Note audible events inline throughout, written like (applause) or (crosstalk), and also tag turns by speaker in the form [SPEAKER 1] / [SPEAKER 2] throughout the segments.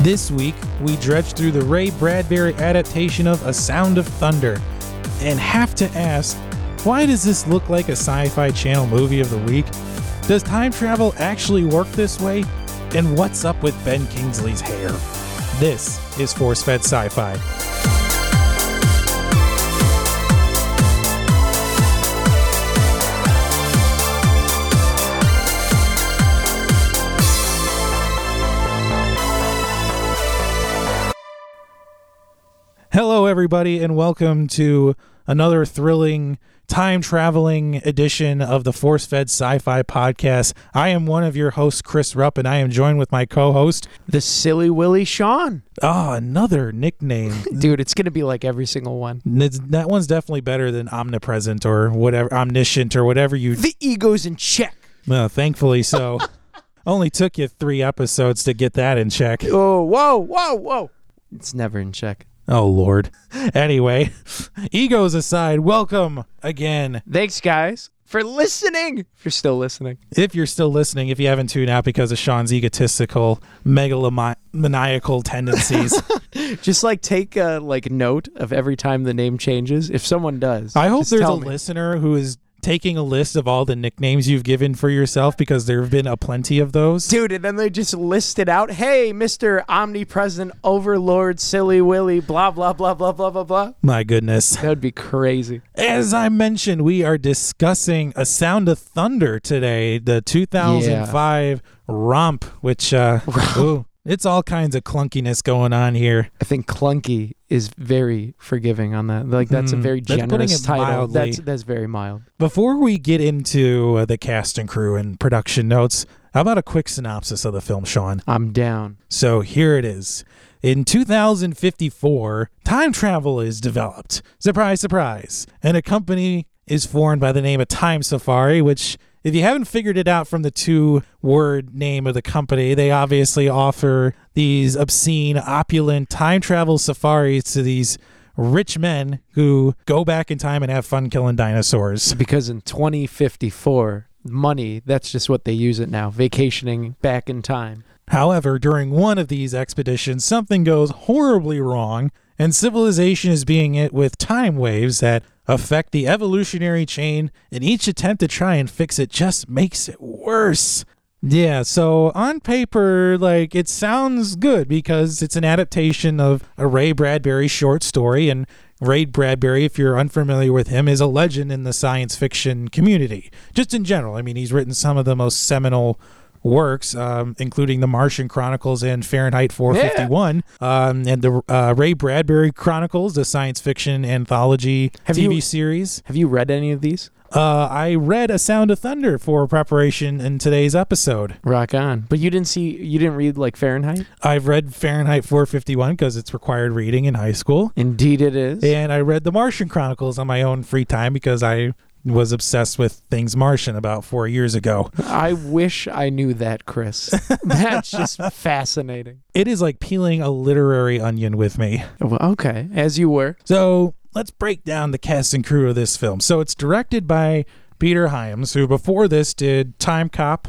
[SPEAKER 1] This week, we dredge through the Ray Bradbury adaptation of A Sound of Thunder and have to ask why does this look like a sci fi channel movie of the week? Does time travel actually work this way? And what's up with Ben Kingsley's hair? This is Force Fed Sci Fi. Hello, everybody, and welcome to another thrilling time traveling edition of the Force Fed Sci Fi Podcast. I am one of your hosts, Chris Rupp, and I am joined with my co host.
[SPEAKER 2] The silly Willy Sean.
[SPEAKER 1] Ah, another
[SPEAKER 2] (laughs)
[SPEAKER 1] nickname.
[SPEAKER 2] Dude, it's going to be like every single one.
[SPEAKER 1] N- that one's definitely better than omnipresent or whatever, omniscient or whatever you.
[SPEAKER 2] The ego's in check.
[SPEAKER 1] Well, thankfully,
[SPEAKER 2] (laughs)
[SPEAKER 1] so. Only took you three episodes to get that in check.
[SPEAKER 2] Oh, whoa, whoa, whoa. It's never in check.
[SPEAKER 1] Oh, Lord. Anyway, (laughs) egos aside, welcome again
[SPEAKER 2] Thanks, guys, for listening. If you're still listening.
[SPEAKER 1] if you're still listening, if you haven't tuned out because of Sean's egotistical, megalomaniacal tendencies,
[SPEAKER 2] (laughs) Just like take a like note of every time the name changes. If someone does,
[SPEAKER 1] I hope
[SPEAKER 2] just
[SPEAKER 1] there's a
[SPEAKER 2] tell me.
[SPEAKER 1] listener who is taking a list of all the nicknames you've given for yourself because there have been a plenty of those.
[SPEAKER 2] Dude, and then they just list it out. Hey, Mr. Omnipresent Overlord, Silly Willy, blah, blah, blah, blah, blah, blah, blah.
[SPEAKER 1] My goodness.
[SPEAKER 2] That would be crazy.
[SPEAKER 1] As I mentioned, we are discussing A Sound of Thunder today, the 2005 romp, which, uh, ooh, it's all kinds of clunkiness going on here.
[SPEAKER 2] I think clunky is very forgiving on that. Like Hmm. that's a
[SPEAKER 1] Mm,
[SPEAKER 2] very
[SPEAKER 1] that's putting
[SPEAKER 2] generous
[SPEAKER 1] it
[SPEAKER 2] title.
[SPEAKER 1] mildly.
[SPEAKER 2] That's that's very mild.
[SPEAKER 1] Before we get into uh, the cast and crew and production notes, how about a quick synopsis of the film, Sean?
[SPEAKER 2] I'm down.
[SPEAKER 1] So here it is. In 2054, time travel is developed. Surprise, surprise. And a company is formed by the name of Time Safari, which, if you haven't figured it out from the two word name of the company, they obviously offer these obscene, opulent time travel safaris to these rich men who go back in time and have fun killing dinosaurs.
[SPEAKER 2] Because in 2054, money, that's just what they use it now. Vacationing back in time.
[SPEAKER 1] However, during one of these expeditions, something goes horribly wrong, and civilization is being hit with time waves that affect the evolutionary chain, and each attempt to try and fix it just makes it worse. Yeah, so on paper, like it sounds good because it's an adaptation of a Ray Bradbury short story, and Ray Bradbury, if you're unfamiliar with him, is a legend in the science fiction community, just in general. I mean, he's written some of the most seminal works, um, including The Martian Chronicles and Fahrenheit 451, um, and the uh, Ray Bradbury Chronicles, the science fiction anthology
[SPEAKER 2] Have
[SPEAKER 1] TV
[SPEAKER 2] you-
[SPEAKER 1] series.
[SPEAKER 2] Have you read any of these?
[SPEAKER 1] Uh, I read A Sound of Thunder for preparation in today's episode.
[SPEAKER 2] Rock on. But you didn't see you didn't read like Fahrenheit?
[SPEAKER 1] I've read Fahrenheit 451 because it's required reading in high school.
[SPEAKER 2] Indeed it is.
[SPEAKER 1] And I read The Martian Chronicles on my own free time because I was obsessed with things Martian about four years ago.
[SPEAKER 2] I wish I knew that, (laughs) Chris. That's just fascinating.
[SPEAKER 1] It is like peeling a literary onion with me.
[SPEAKER 2] Well, okay, as you were.
[SPEAKER 1] So let's break down the cast and crew of this film. So it's directed by Peter Hyams, who before this did Time Cop,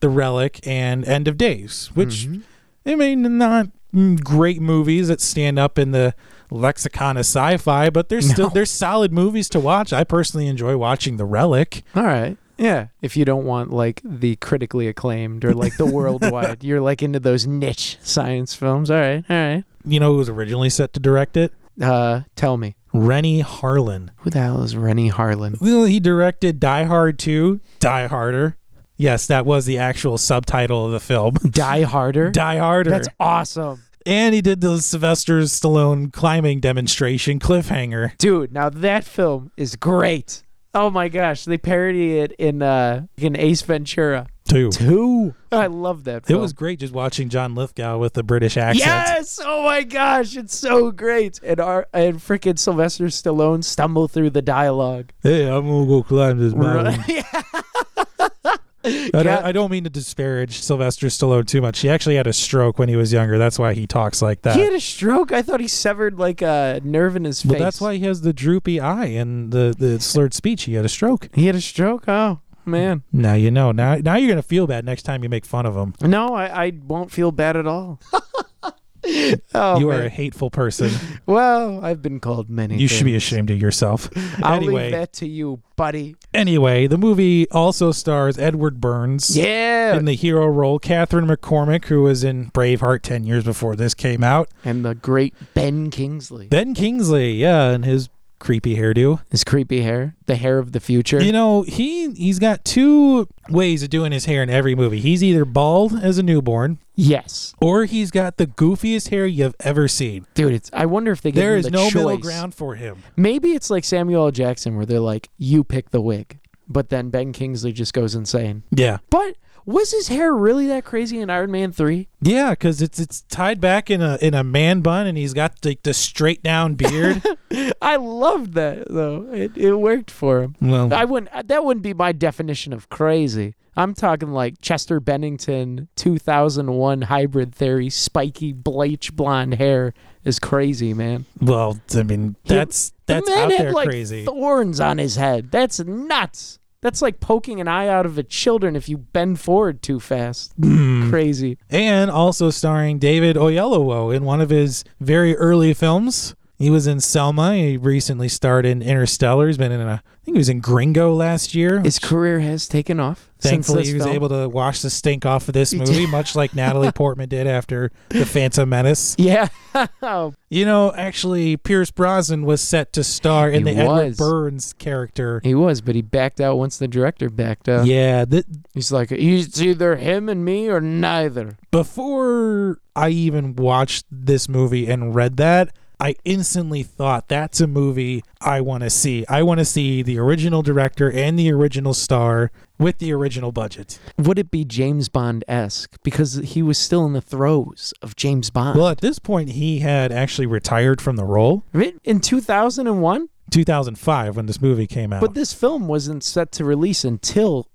[SPEAKER 1] The Relic, and End of Days,
[SPEAKER 2] Hmm.
[SPEAKER 1] which
[SPEAKER 2] Mm-hmm.
[SPEAKER 1] I mean, not mm, great movies that stand up in the lexicon of sci-fi, but they're still
[SPEAKER 2] No.
[SPEAKER 1] they're solid movies to watch. I personally enjoy watching The Relic.
[SPEAKER 2] All right. Yeah. If you don't want like the critically acclaimed or
[SPEAKER 1] (laughs)
[SPEAKER 2] like the worldwide, you're like into those niche science films. All right. All right.
[SPEAKER 1] You know who was originally set to direct it?
[SPEAKER 2] Uh, tell me,
[SPEAKER 1] Rennie Harlan.
[SPEAKER 2] who the hell is Rennie Harlan?
[SPEAKER 1] Well, he directed Die Hard 2, Die Harder. Yes, that was the actual subtitle of the film. (laughs)
[SPEAKER 2] Die Harder.
[SPEAKER 1] Die Harder.
[SPEAKER 2] That's awesome,
[SPEAKER 1] And he did the Sylvester Stallone climbing demonstration cliffhanger.
[SPEAKER 2] dude. Now that film is great. Oh my gosh, they parody it in uh in Ace Ventura.
[SPEAKER 1] Two.
[SPEAKER 2] Two. I love that.
[SPEAKER 1] It
[SPEAKER 2] Film.
[SPEAKER 1] was great just watching John Lithgow with the British accent.
[SPEAKER 2] Yes! Oh my gosh, it's so great. And our and freaking Sylvester Stallone stumble through the dialogue.
[SPEAKER 1] Hey, I'm gonna go climb this
[SPEAKER 2] (laughs)
[SPEAKER 1] mountain.
[SPEAKER 2] yeah.
[SPEAKER 1] I, don't,
[SPEAKER 2] Yeah.
[SPEAKER 1] I don't mean to disparage Sylvester Stallone too much. He actually had a stroke when he was younger. That's why he talks like that.
[SPEAKER 2] He had a stroke. I thought he severed like a nerve in his face.
[SPEAKER 1] well, that's why he has the droopy eye and the, the slurred speech. He had a stroke.
[SPEAKER 2] he had a stroke. Oh man,
[SPEAKER 1] Now you know. Now now you're gonna feel bad next time you make fun of him.
[SPEAKER 2] no, I, I won't feel bad at all. (laughs) Oh,
[SPEAKER 1] you are a
[SPEAKER 2] man.
[SPEAKER 1] hateful
[SPEAKER 2] (laughs)
[SPEAKER 1] person.
[SPEAKER 2] well, I've been called many.
[SPEAKER 1] You should be
[SPEAKER 2] things.
[SPEAKER 1] ashamed of yourself.
[SPEAKER 2] I'll
[SPEAKER 1] anyway.
[SPEAKER 2] leave that to you, buddy.
[SPEAKER 1] Anyway, the movie also stars Edward Burns
[SPEAKER 2] Yeah.
[SPEAKER 1] in the hero role, Catherine McCormick, who was in Braveheart 10 years before this came out,
[SPEAKER 2] and the great Ben Kingsley.
[SPEAKER 1] Ben Kingsley, yeah, and his creepy hairdo.
[SPEAKER 2] His creepy hair, the hair of the future.
[SPEAKER 1] You know, he he's got two ways of doing his hair in every movie. He's either bald as a newborn
[SPEAKER 2] yes,
[SPEAKER 1] or he's got the goofiest hair you've ever seen.
[SPEAKER 2] dude. It's. I wonder if they give
[SPEAKER 1] There
[SPEAKER 2] him
[SPEAKER 1] is
[SPEAKER 2] the
[SPEAKER 1] no middle
[SPEAKER 2] choice.
[SPEAKER 1] ground for him.
[SPEAKER 2] Maybe it's like Samuel L. Jackson, where they're like, "You pick the wig," but then Ben Kingsley just goes insane.
[SPEAKER 1] Yeah.
[SPEAKER 2] But was his hair really that crazy in Iron Man Three?
[SPEAKER 1] Yeah, cuz it's it's tied back in a in a man bun and he's got like the straight (laughs) down beard.
[SPEAKER 2] I loved that though. It it worked for him.
[SPEAKER 1] well,
[SPEAKER 2] I wouldn't. uh, That wouldn't be my definition of crazy. I'm talking like Chester Bennington, 2001 hybrid theory, spiky bleach blonde hair is crazy, man.
[SPEAKER 1] well, I mean,
[SPEAKER 2] He-
[SPEAKER 1] that's that's
[SPEAKER 2] the man
[SPEAKER 1] out
[SPEAKER 2] had
[SPEAKER 1] there
[SPEAKER 2] like
[SPEAKER 1] crazy.
[SPEAKER 2] thorns on his head. That's nuts. That's like poking an eye out of a children if you bend forward too fast.
[SPEAKER 1] Hmm.
[SPEAKER 2] Crazy.
[SPEAKER 1] and also starring David Oyelowo in one of his very early films. He was in Selma. He recently starred in Interstellar. He's been in a, I think he was in Gringo last year.
[SPEAKER 2] His career has taken off.
[SPEAKER 1] Thankfully,
[SPEAKER 2] since
[SPEAKER 1] he was able to wash the stink off of this
[SPEAKER 2] He did.
[SPEAKER 1] movie, much
[SPEAKER 2] (laughs)
[SPEAKER 1] like Natalie Portman did after The Phantom Menace.
[SPEAKER 2] Yeah. (laughs) Oh,
[SPEAKER 1] You know, actually, Pierce Brosnan was set to star in
[SPEAKER 2] He
[SPEAKER 1] the Edward
[SPEAKER 2] was.
[SPEAKER 1] Burns character.
[SPEAKER 2] he was, but he backed out once the director backed out.
[SPEAKER 1] Yeah, th-
[SPEAKER 2] He's like, it's either him and me or neither.
[SPEAKER 1] before I even watched this movie and read that, I instantly thought that's a movie I want to see. I want to see the original director and the original star with the original budget.
[SPEAKER 2] Would it be James Bond esque? Because he was still in the throes of James Bond.
[SPEAKER 1] Well, at this point, he had actually retired from the role.
[SPEAKER 2] Right? in 2001,
[SPEAKER 1] 2005 when this movie came out.
[SPEAKER 2] But this film wasn't set to release until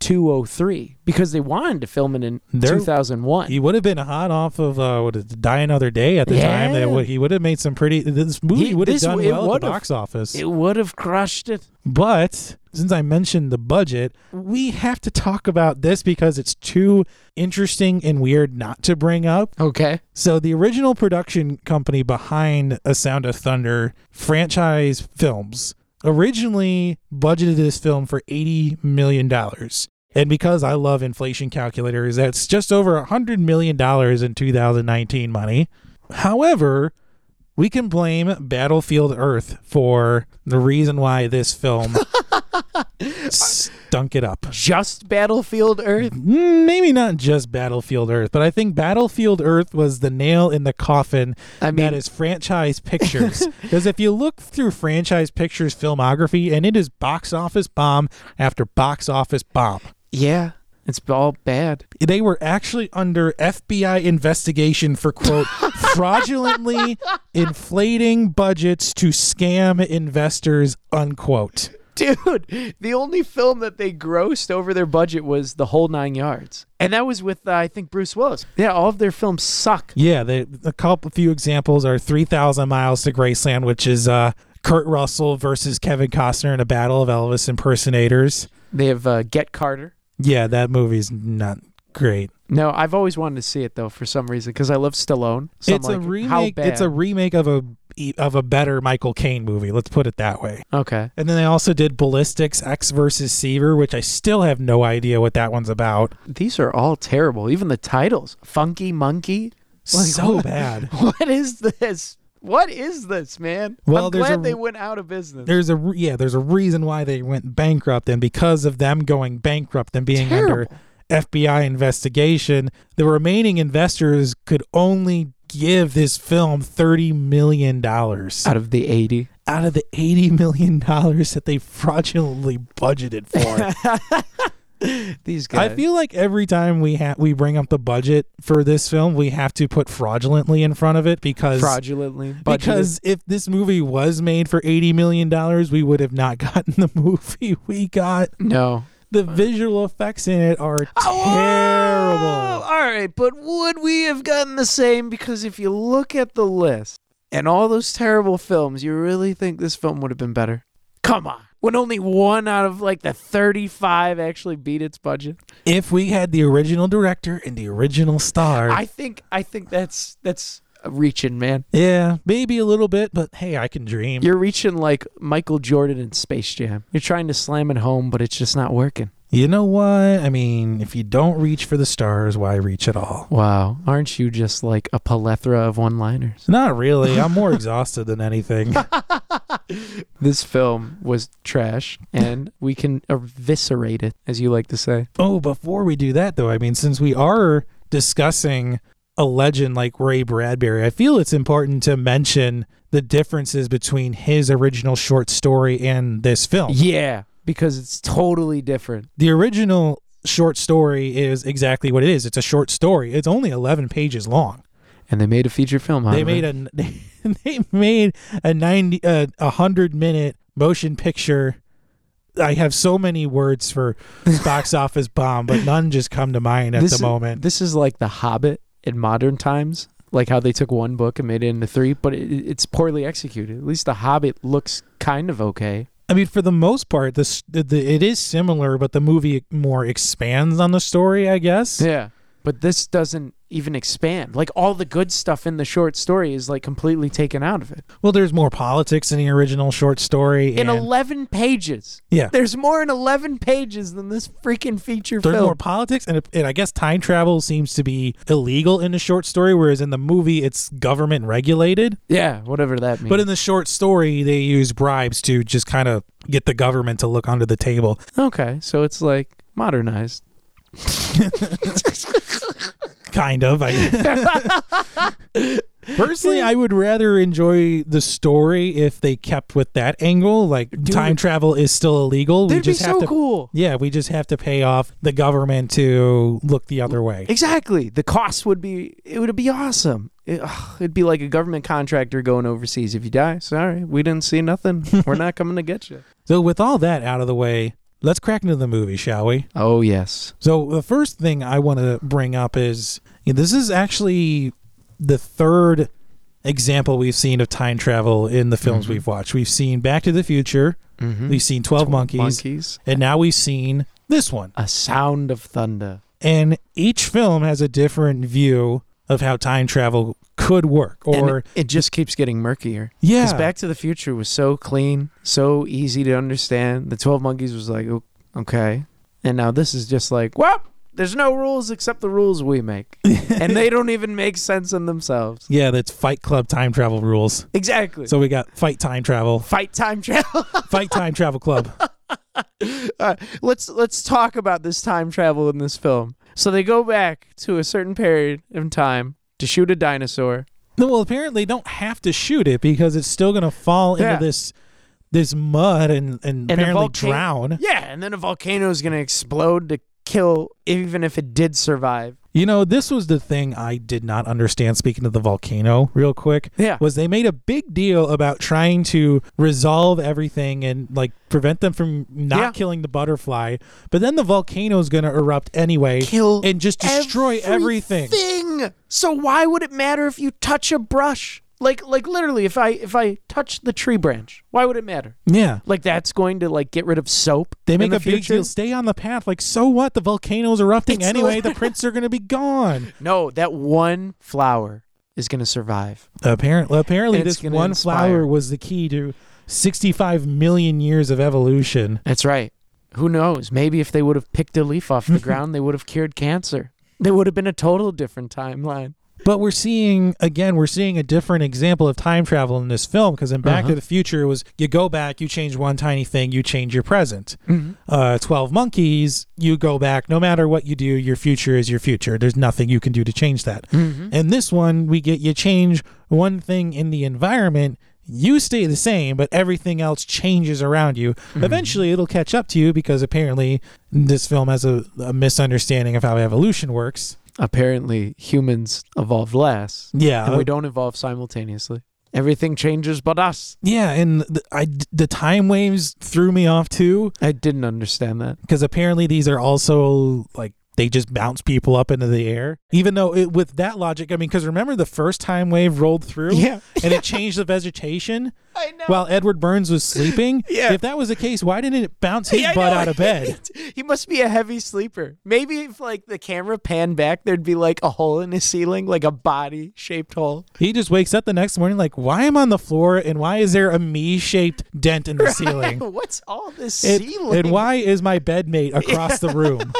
[SPEAKER 2] 0203 because they wanted to film it in
[SPEAKER 1] There-
[SPEAKER 2] 2001.
[SPEAKER 1] he would have been hot off of uh, what is it, Die Another Day at the time. That
[SPEAKER 2] Yeah.
[SPEAKER 1] would, he would have made some pretty. This movie
[SPEAKER 2] He-
[SPEAKER 1] would have
[SPEAKER 2] this
[SPEAKER 1] done
[SPEAKER 2] w- it
[SPEAKER 1] well at
[SPEAKER 2] would
[SPEAKER 1] the
[SPEAKER 2] have.
[SPEAKER 1] box office.
[SPEAKER 2] it would have crushed it.
[SPEAKER 1] But since I mentioned the budget, we have to talk about this because it's too interesting and weird not to bring up.
[SPEAKER 2] Okay.
[SPEAKER 1] So, the original production company behind A Sound of Thunder franchise films originally budgeted this film for $80 million. And because I love inflation calculators, that's just over $100 million in 2019 money. However, we can blame Battlefield Earth for the reason why this film stunk it up.
[SPEAKER 2] Just Battlefield Earth.
[SPEAKER 1] Mm, Maybe not just Battlefield Earth, but I think Battlefield Earth was the nail in the coffin
[SPEAKER 2] I mean,
[SPEAKER 1] that is franchise
[SPEAKER 2] (laughs)
[SPEAKER 1] pictures. Because if you look through franchise pictures filmography, and it is box office bomb after box office bomb.
[SPEAKER 2] yeah, it's all bad.
[SPEAKER 1] They were actually under FBI investigation for quote
[SPEAKER 2] (laughs)
[SPEAKER 1] fraudulently inflating budgets to scam investors unquote.
[SPEAKER 2] (laughs) Dude, the only film that they grossed over their budget was The Whole Nine Yards. And that was with, uh, I think, Bruce Willis. Yeah, all of their films suck.
[SPEAKER 1] Yeah, the, a couple few examples are 3,000 Miles to Graceland, which is uh, Kurt Russell versus Kevin Costner in a battle of Elvis impersonators.
[SPEAKER 2] They have uh, Get Carter.
[SPEAKER 1] Yeah, that movie's not great.
[SPEAKER 2] No, I've always wanted to see it, though, for some reason, because I love Stallone. So I'm
[SPEAKER 1] it's a
[SPEAKER 2] like, How
[SPEAKER 1] remake.
[SPEAKER 2] bad?
[SPEAKER 1] It's a remake of a of a better Michael Caine movie. Let's put it that way.
[SPEAKER 2] Okay.
[SPEAKER 1] And then they also did Ballistics X versus Seaver, which I still have no idea what that one's about.
[SPEAKER 2] These are all terrible. Even the titles. Funky Monkey. (laughs) Like,
[SPEAKER 1] so
[SPEAKER 2] what-
[SPEAKER 1] bad.
[SPEAKER 2] (laughs) What is this? What is this, man?
[SPEAKER 1] Well,
[SPEAKER 2] I'm
[SPEAKER 1] there's
[SPEAKER 2] glad
[SPEAKER 1] a-
[SPEAKER 2] they went out of business.
[SPEAKER 1] There's a re- yeah, there's a reason why they went bankrupt, and because of them going bankrupt and being under
[SPEAKER 2] terrible.
[SPEAKER 1] FBI investigation, the remaining investors could only give this film $30 million out
[SPEAKER 2] Out of the 80.
[SPEAKER 1] of the $80 million that they fraudulently budgeted for.
[SPEAKER 2] These
[SPEAKER 1] (laughs)
[SPEAKER 2] guys.
[SPEAKER 1] I feel like every time we ha- we bring up the budget for this film, we have to put fraudulently in front of it because
[SPEAKER 2] fraudulently. budgeted.
[SPEAKER 1] because if this movie was made for 80 million dollars, we would have not (laughs) gotten the movie we got.
[SPEAKER 2] No.
[SPEAKER 1] The visual effects in it are
[SPEAKER 2] Oh,
[SPEAKER 1] terrible.
[SPEAKER 2] all right, but would we have gotten the same? Because if you look at the list and all those terrible films, you really think this film would have been better? Come on. when only one out of like the 35 actually beat its budget.
[SPEAKER 1] If we had the original director and the original star,
[SPEAKER 2] I think I think that's that's reaching, man.
[SPEAKER 1] yeah, maybe a little bit, but hey, I can dream.
[SPEAKER 2] You're reaching like Michael Jordan in Space Jam. You're trying to slam it home, but it's just not working.
[SPEAKER 1] You know what? I mean, if you don't reach for the stars, why reach at all?
[SPEAKER 2] Wow, aren't you just like a plethora of one-liners?
[SPEAKER 1] Not really. I'm more exhausted than anything.
[SPEAKER 2] This film was trash,
[SPEAKER 1] (laughs)
[SPEAKER 2] and we can eviscerate it, as you like to say.
[SPEAKER 1] Oh, before we do that, though, I mean, since we are discussing a legend like Ray Bradbury, I feel it's important to mention the differences between his original short story and this film.
[SPEAKER 2] Yeah, because it's totally different.
[SPEAKER 1] The original short story is exactly what it is it's a short story, it's only 11 pages long.
[SPEAKER 2] And they made a feature film. Out
[SPEAKER 1] They
[SPEAKER 2] of
[SPEAKER 1] made
[SPEAKER 2] it.
[SPEAKER 1] a (laughs) they, made a 90 uh, a 100 minute motion picture I have so many words
[SPEAKER 2] (laughs)
[SPEAKER 1] for box office bomb, but none just come to mind at
[SPEAKER 2] this
[SPEAKER 1] the
[SPEAKER 2] is-
[SPEAKER 1] moment.
[SPEAKER 2] this is like The Hobbit in modern times, like how they took one book and made it into three, but it, it's poorly executed. At least The Hobbit looks kind of okay.
[SPEAKER 1] I mean, for the most part, this the, the, it is similar, but the movie more expands on the story, I guess.
[SPEAKER 2] Yeah, but this doesn't even expand. Like all the good stuff in the short story is like completely taken out of it.
[SPEAKER 1] Well, there's more politics in the original short story.
[SPEAKER 2] in
[SPEAKER 1] and
[SPEAKER 2] 11 pages.
[SPEAKER 1] Yeah.
[SPEAKER 2] There's more in 11 pages than this freaking feature
[SPEAKER 1] there's
[SPEAKER 2] film.
[SPEAKER 1] more politics, and, and I guess time travel seems to be illegal in the short story, whereas in the movie it's government regulated.
[SPEAKER 2] yeah, whatever that means.
[SPEAKER 1] But in the short story, they use bribes to just kind of get the government to look under the table.
[SPEAKER 2] okay, so it's like modernized.
[SPEAKER 1] Kind of.
[SPEAKER 2] (laughs)
[SPEAKER 1] I, personally, I would rather enjoy the story if they kept with that angle. Like time travel is still illegal. we
[SPEAKER 2] That'd be
[SPEAKER 1] just have
[SPEAKER 2] so
[SPEAKER 1] to.
[SPEAKER 2] cool.
[SPEAKER 1] Yeah, we just have to pay off the government to look the other
[SPEAKER 2] Mm.
[SPEAKER 1] way.
[SPEAKER 2] (laughs) Exactly. The cost would be it would be awesome. It, ugh, it'd be like a government contractor going overseas. If you die, sorry, we didn't see (laughs) nothing. We're not coming to get you.
[SPEAKER 1] So, with all that out of the way, let's crack into the movie, shall we?
[SPEAKER 2] Oh yes.
[SPEAKER 1] So the first thing I want to bring up is you know, this is actually the third example we've seen of time travel in the films we've watched. We've seen Back to the Future,
[SPEAKER 2] Mm-hmm.
[SPEAKER 1] we've seen 12, Monkeys,
[SPEAKER 2] Monkeys.
[SPEAKER 1] and now we've seen this one.
[SPEAKER 2] A sound of thunder.
[SPEAKER 1] And each film has a different view of how time travel could work
[SPEAKER 2] And
[SPEAKER 1] or
[SPEAKER 2] it- it just keeps getting murkier.
[SPEAKER 1] yeah.
[SPEAKER 2] Because Back to the Future was so clean, so easy to understand. The Twelve Monkeys was like, "O- okay, and now this is just like, well, there's no rules except the rules we (laughs) make, and they don't even make sense in themselves.
[SPEAKER 1] yeah, that's Fight Club time travel rules.
[SPEAKER 2] Exactly.
[SPEAKER 1] So we got Fight Time Travel,
[SPEAKER 2] fight time travel. (laughs)
[SPEAKER 1] Fight Time Travel Club.
[SPEAKER 2] Uh, let's let's talk about this time travel in this film. So they go back to a certain period in time to shoot a dinosaur.
[SPEAKER 1] No, well, apparently don't have to shoot it because it's still gonna fall
[SPEAKER 2] Yeah.
[SPEAKER 1] into this this mud and and,
[SPEAKER 2] the
[SPEAKER 1] apparently
[SPEAKER 2] volca-
[SPEAKER 1] drown.
[SPEAKER 2] Yeah, and then a volcano is gonna explode to kill, even if it did survive.
[SPEAKER 1] You know, this was the thing I did not understand. Speaking of the volcano, real quick,
[SPEAKER 2] Yeah.
[SPEAKER 1] was they made a big deal about trying to resolve everything and like prevent them from not
[SPEAKER 2] Yeah.
[SPEAKER 1] killing the butterfly, but then the volcano is gonna erupt anyway
[SPEAKER 2] Kill
[SPEAKER 1] and just destroy everything.
[SPEAKER 2] everything. So why would it matter if you touch a brush? Like like literally if I if I touch the tree branch, why would it matter?
[SPEAKER 1] Yeah,
[SPEAKER 2] Like that's going to like get rid of soap.
[SPEAKER 1] they
[SPEAKER 2] in
[SPEAKER 1] make
[SPEAKER 2] the
[SPEAKER 1] a big
[SPEAKER 2] future?
[SPEAKER 1] deal. Stay on the path. Like, so what? The volcano's erupting
[SPEAKER 2] It's
[SPEAKER 1] anyway.
[SPEAKER 2] lit-
[SPEAKER 1] the prints are gonna be gone.
[SPEAKER 2] No, that one flower is going to survive.
[SPEAKER 1] Apparently, apparently
[SPEAKER 2] It's
[SPEAKER 1] this
[SPEAKER 2] gonna
[SPEAKER 1] one
[SPEAKER 2] inspire.
[SPEAKER 1] flower was the key to 65 million years of evolution.
[SPEAKER 2] That's right. Who knows? Maybe if they would have picked a leaf off
[SPEAKER 1] (laughs)
[SPEAKER 2] the ground, they would have cured cancer. There would have been a total different timeline.
[SPEAKER 1] But we're seeing again, we're seeing a different example of time travel in this film because in Back to
[SPEAKER 2] Uh-huh.
[SPEAKER 1] the Future it was you go back, you change one tiny thing, you change your present. Uh, 12 Monkeys, you go back, no matter what you do, your future is your future. There's nothing you can do to change that. And this one, we get you change one thing in the environment, you stay the same, but everything else changes around you. Eventually, it'll catch up to you because apparently this film has a, a misunderstanding of how evolution works.
[SPEAKER 2] Apparently, humans evolved last,
[SPEAKER 1] Yeah,
[SPEAKER 2] and we don't evolve simultaneously. Everything changes but us.
[SPEAKER 1] yeah, and the, I the time waves threw me off too
[SPEAKER 2] I didn't understand that.
[SPEAKER 1] because apparently these are also like. They just bounce people up into the air. Even though, it, (laughs) with that logic, I mean, because remember the first time wave rolled through?
[SPEAKER 2] Yeah.
[SPEAKER 1] and it changed the vegetation.
[SPEAKER 2] I know.
[SPEAKER 1] while Edward Burns was sleeping.
[SPEAKER 2] (laughs) Yeah.
[SPEAKER 1] If that was the case, why didn't it bounce his
[SPEAKER 2] (laughs) Yeah, I
[SPEAKER 1] butt
[SPEAKER 2] know.
[SPEAKER 1] out of bed?
[SPEAKER 2] (laughs) he must be a heavy sleeper. Maybe if like the camera panned back, there'd be like a hole in his ceiling, like a body shaped (laughs) hole.
[SPEAKER 1] He just wakes up the next morning like, why am I on the floor and why is there a me shaped dent
[SPEAKER 2] (laughs)
[SPEAKER 1] in the ceiling?
[SPEAKER 2] What's all this
[SPEAKER 1] And-
[SPEAKER 2] ceiling?
[SPEAKER 1] and why is my bedmate across the
[SPEAKER 2] (laughs)
[SPEAKER 1] room?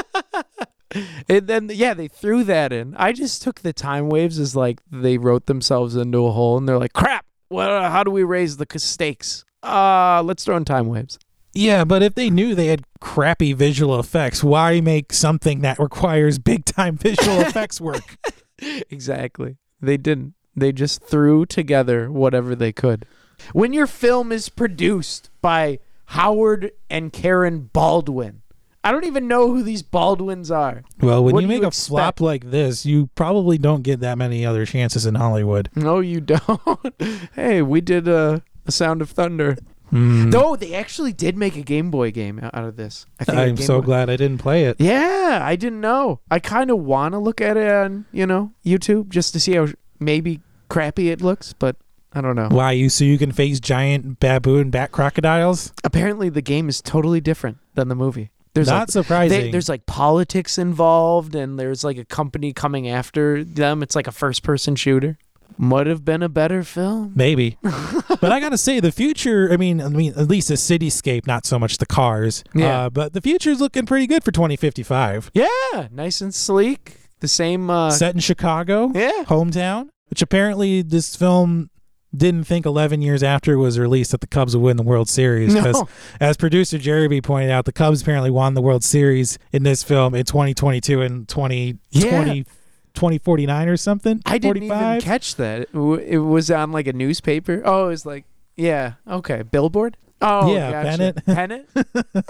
[SPEAKER 2] And then yeah, they threw that in. I just took the time waves as like they wrote themselves into a hole, and they're like, "Crap! Well, how do we raise the c- stakes? Uh, let's throw in time waves."
[SPEAKER 1] Yeah, but if they knew they had crappy visual effects, why make something that requires big time
[SPEAKER 2] (laughs)
[SPEAKER 1] visual effects work?
[SPEAKER 2] Exactly. They didn't. They just threw together whatever they could. When your film is produced by Howard and Karen Baldwin, I don't even know who these Baldwins are.
[SPEAKER 1] Well, when
[SPEAKER 2] What
[SPEAKER 1] you
[SPEAKER 2] do you
[SPEAKER 1] make a
[SPEAKER 2] expect?
[SPEAKER 1] flop like this, you probably don't get that many other chances in Hollywood.
[SPEAKER 2] No, you don't. (laughs) hey, we did uh, a Sound of Thunder. No, they actually did make a Game Boy game out of this. I think a
[SPEAKER 1] I'm
[SPEAKER 2] Game
[SPEAKER 1] so
[SPEAKER 2] Boy-
[SPEAKER 1] glad I didn't play it.
[SPEAKER 2] Yeah, I didn't know. I kind of want to look at it on, you know, YouTube just to see how maybe crappy it looks, but I don't know.
[SPEAKER 1] Why you so you can face giant baboon bat crocodiles?
[SPEAKER 2] apparently the game is totally different than the movie. There's
[SPEAKER 1] Not
[SPEAKER 2] like,
[SPEAKER 1] surprising.
[SPEAKER 2] they, there's like politics involved, and there's like a company coming after them. It's like a first person shooter. Might have been a better film.
[SPEAKER 1] Maybe.
[SPEAKER 2] (laughs)
[SPEAKER 1] but I gotta say, the future. I mean, I mean, at least the cityscape, not so much the cars.
[SPEAKER 2] Yeah.
[SPEAKER 1] Uh, but the future's looking pretty good for 2055.
[SPEAKER 2] Yeah, nice and sleek. The same. Uh,
[SPEAKER 1] Set in Chicago, (laughs)
[SPEAKER 2] yeah,
[SPEAKER 1] hometown, which apparently this film didn't think 11 years after it was released that the Cubs would win the World Series.
[SPEAKER 2] No.
[SPEAKER 1] 'cause as producer Jeremy pointed out, the Cubs apparently won the World Series in this film in 2022 and 2020.
[SPEAKER 2] Yeah.
[SPEAKER 1] 2049 or something.
[SPEAKER 2] I didn't
[SPEAKER 1] 45?
[SPEAKER 2] even catch that. It, w- it was on like a newspaper. Oh, it was like yeah, okay, billboard. Oh,
[SPEAKER 1] Yeah,
[SPEAKER 2] gotcha.
[SPEAKER 1] (laughs)
[SPEAKER 2] pennant.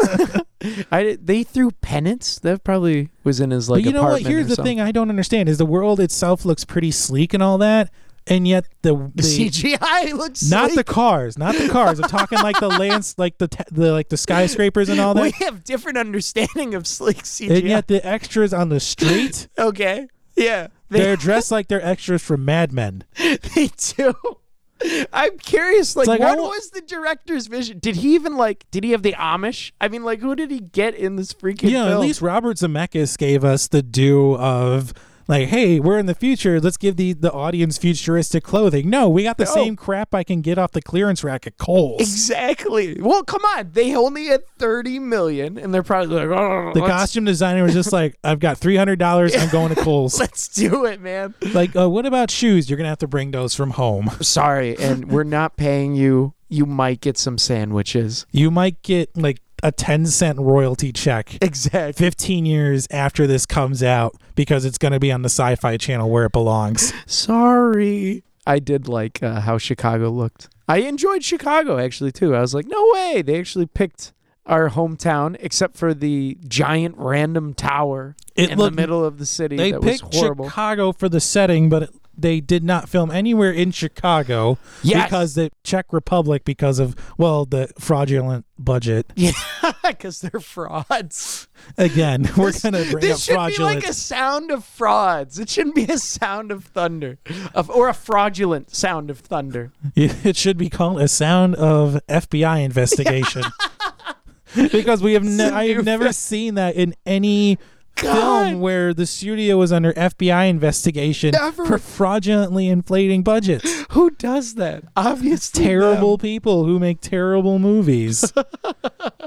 [SPEAKER 2] (laughs) I did- they threw pennants. That probably was in his like
[SPEAKER 1] but you know what?
[SPEAKER 2] apartment.
[SPEAKER 1] Here's
[SPEAKER 2] or
[SPEAKER 1] the
[SPEAKER 2] something.
[SPEAKER 1] thing I don't understand is the world itself looks pretty sleek and all that, and yet the,
[SPEAKER 2] The
[SPEAKER 1] the
[SPEAKER 2] CGI (laughs) looks
[SPEAKER 1] not
[SPEAKER 2] sleek.
[SPEAKER 1] the cars, not the cars. I'm talking like
[SPEAKER 2] (laughs)
[SPEAKER 1] the lands, like the, te- the like the skyscrapers and all that.
[SPEAKER 2] We have different understanding of sleek CGI.
[SPEAKER 1] and yet the extras on the street
[SPEAKER 2] okay. Yeah. They,
[SPEAKER 1] They're dressed like they're extras from Mad
[SPEAKER 2] (laughs)
[SPEAKER 1] Men.
[SPEAKER 2] they do. I'm curious, like,
[SPEAKER 1] like, I
[SPEAKER 2] what
[SPEAKER 1] wa-
[SPEAKER 2] was the director's vision? Did he even like? Did he have the Amish? I mean, like, who did he get in this freaking
[SPEAKER 1] yeah, at
[SPEAKER 2] film?
[SPEAKER 1] least Robert Zemeckis gave us the due of like, hey, we're in the future. Let's give the the audience futuristic clothing. No, we got the
[SPEAKER 2] No.
[SPEAKER 1] same crap I can get off the clearance rack at Kohl's.
[SPEAKER 2] exactly. Well, come on, they only had 30 million, and they're probably like, oh,
[SPEAKER 1] the
[SPEAKER 2] let's,
[SPEAKER 1] costume designer was just like, I've got three hundred dollars. I'm going
[SPEAKER 2] (laughs)
[SPEAKER 1] to Kohl's.
[SPEAKER 2] let's do it, man.
[SPEAKER 1] like, uh, what about shoes? You're gonna have to bring those from home.
[SPEAKER 2] (laughs) Sorry, and we're not paying you. You might get some sandwiches.
[SPEAKER 1] You might get like a ten cent royalty check.
[SPEAKER 2] Exactly.
[SPEAKER 1] 15 years after this comes out because it's going to be on the sci-fi channel where it belongs
[SPEAKER 2] Sorry. I did like uh, how Chicago looked. I enjoyed Chicago actually too. I was like, no way. They actually picked our hometown except for the giant random tower
[SPEAKER 1] It
[SPEAKER 2] in
[SPEAKER 1] looked-
[SPEAKER 2] the middle of the city
[SPEAKER 1] They
[SPEAKER 2] that was
[SPEAKER 1] picked
[SPEAKER 2] horrible.
[SPEAKER 1] Chicago for the setting, but it, they did not film anywhere in Chicago
[SPEAKER 2] Yes.
[SPEAKER 1] because the Czech Republic because of well the fraudulent budget.
[SPEAKER 2] yeah, (laughs) because they're frauds.
[SPEAKER 1] Again, (laughs) we're gonna bring
[SPEAKER 2] this
[SPEAKER 1] up
[SPEAKER 2] should
[SPEAKER 1] fraudulent.
[SPEAKER 2] be like a sound of frauds. It shouldn't be a sound of thunder, of, or a fraudulent sound of thunder.
[SPEAKER 1] (laughs) it should be called a sound of FBI
[SPEAKER 2] (laughs)
[SPEAKER 1] investigation because we have ne-
[SPEAKER 2] a
[SPEAKER 1] I
[SPEAKER 2] new
[SPEAKER 1] have never
[SPEAKER 2] film.
[SPEAKER 1] seen that in any.
[SPEAKER 2] God.
[SPEAKER 1] Film where the studio was under FBI investigation
[SPEAKER 2] Never.
[SPEAKER 1] for fraudulently inflating budgets.
[SPEAKER 2] Who does that? Obviously, them.
[SPEAKER 1] terrible people who make terrible
[SPEAKER 2] (laughs)
[SPEAKER 1] movies.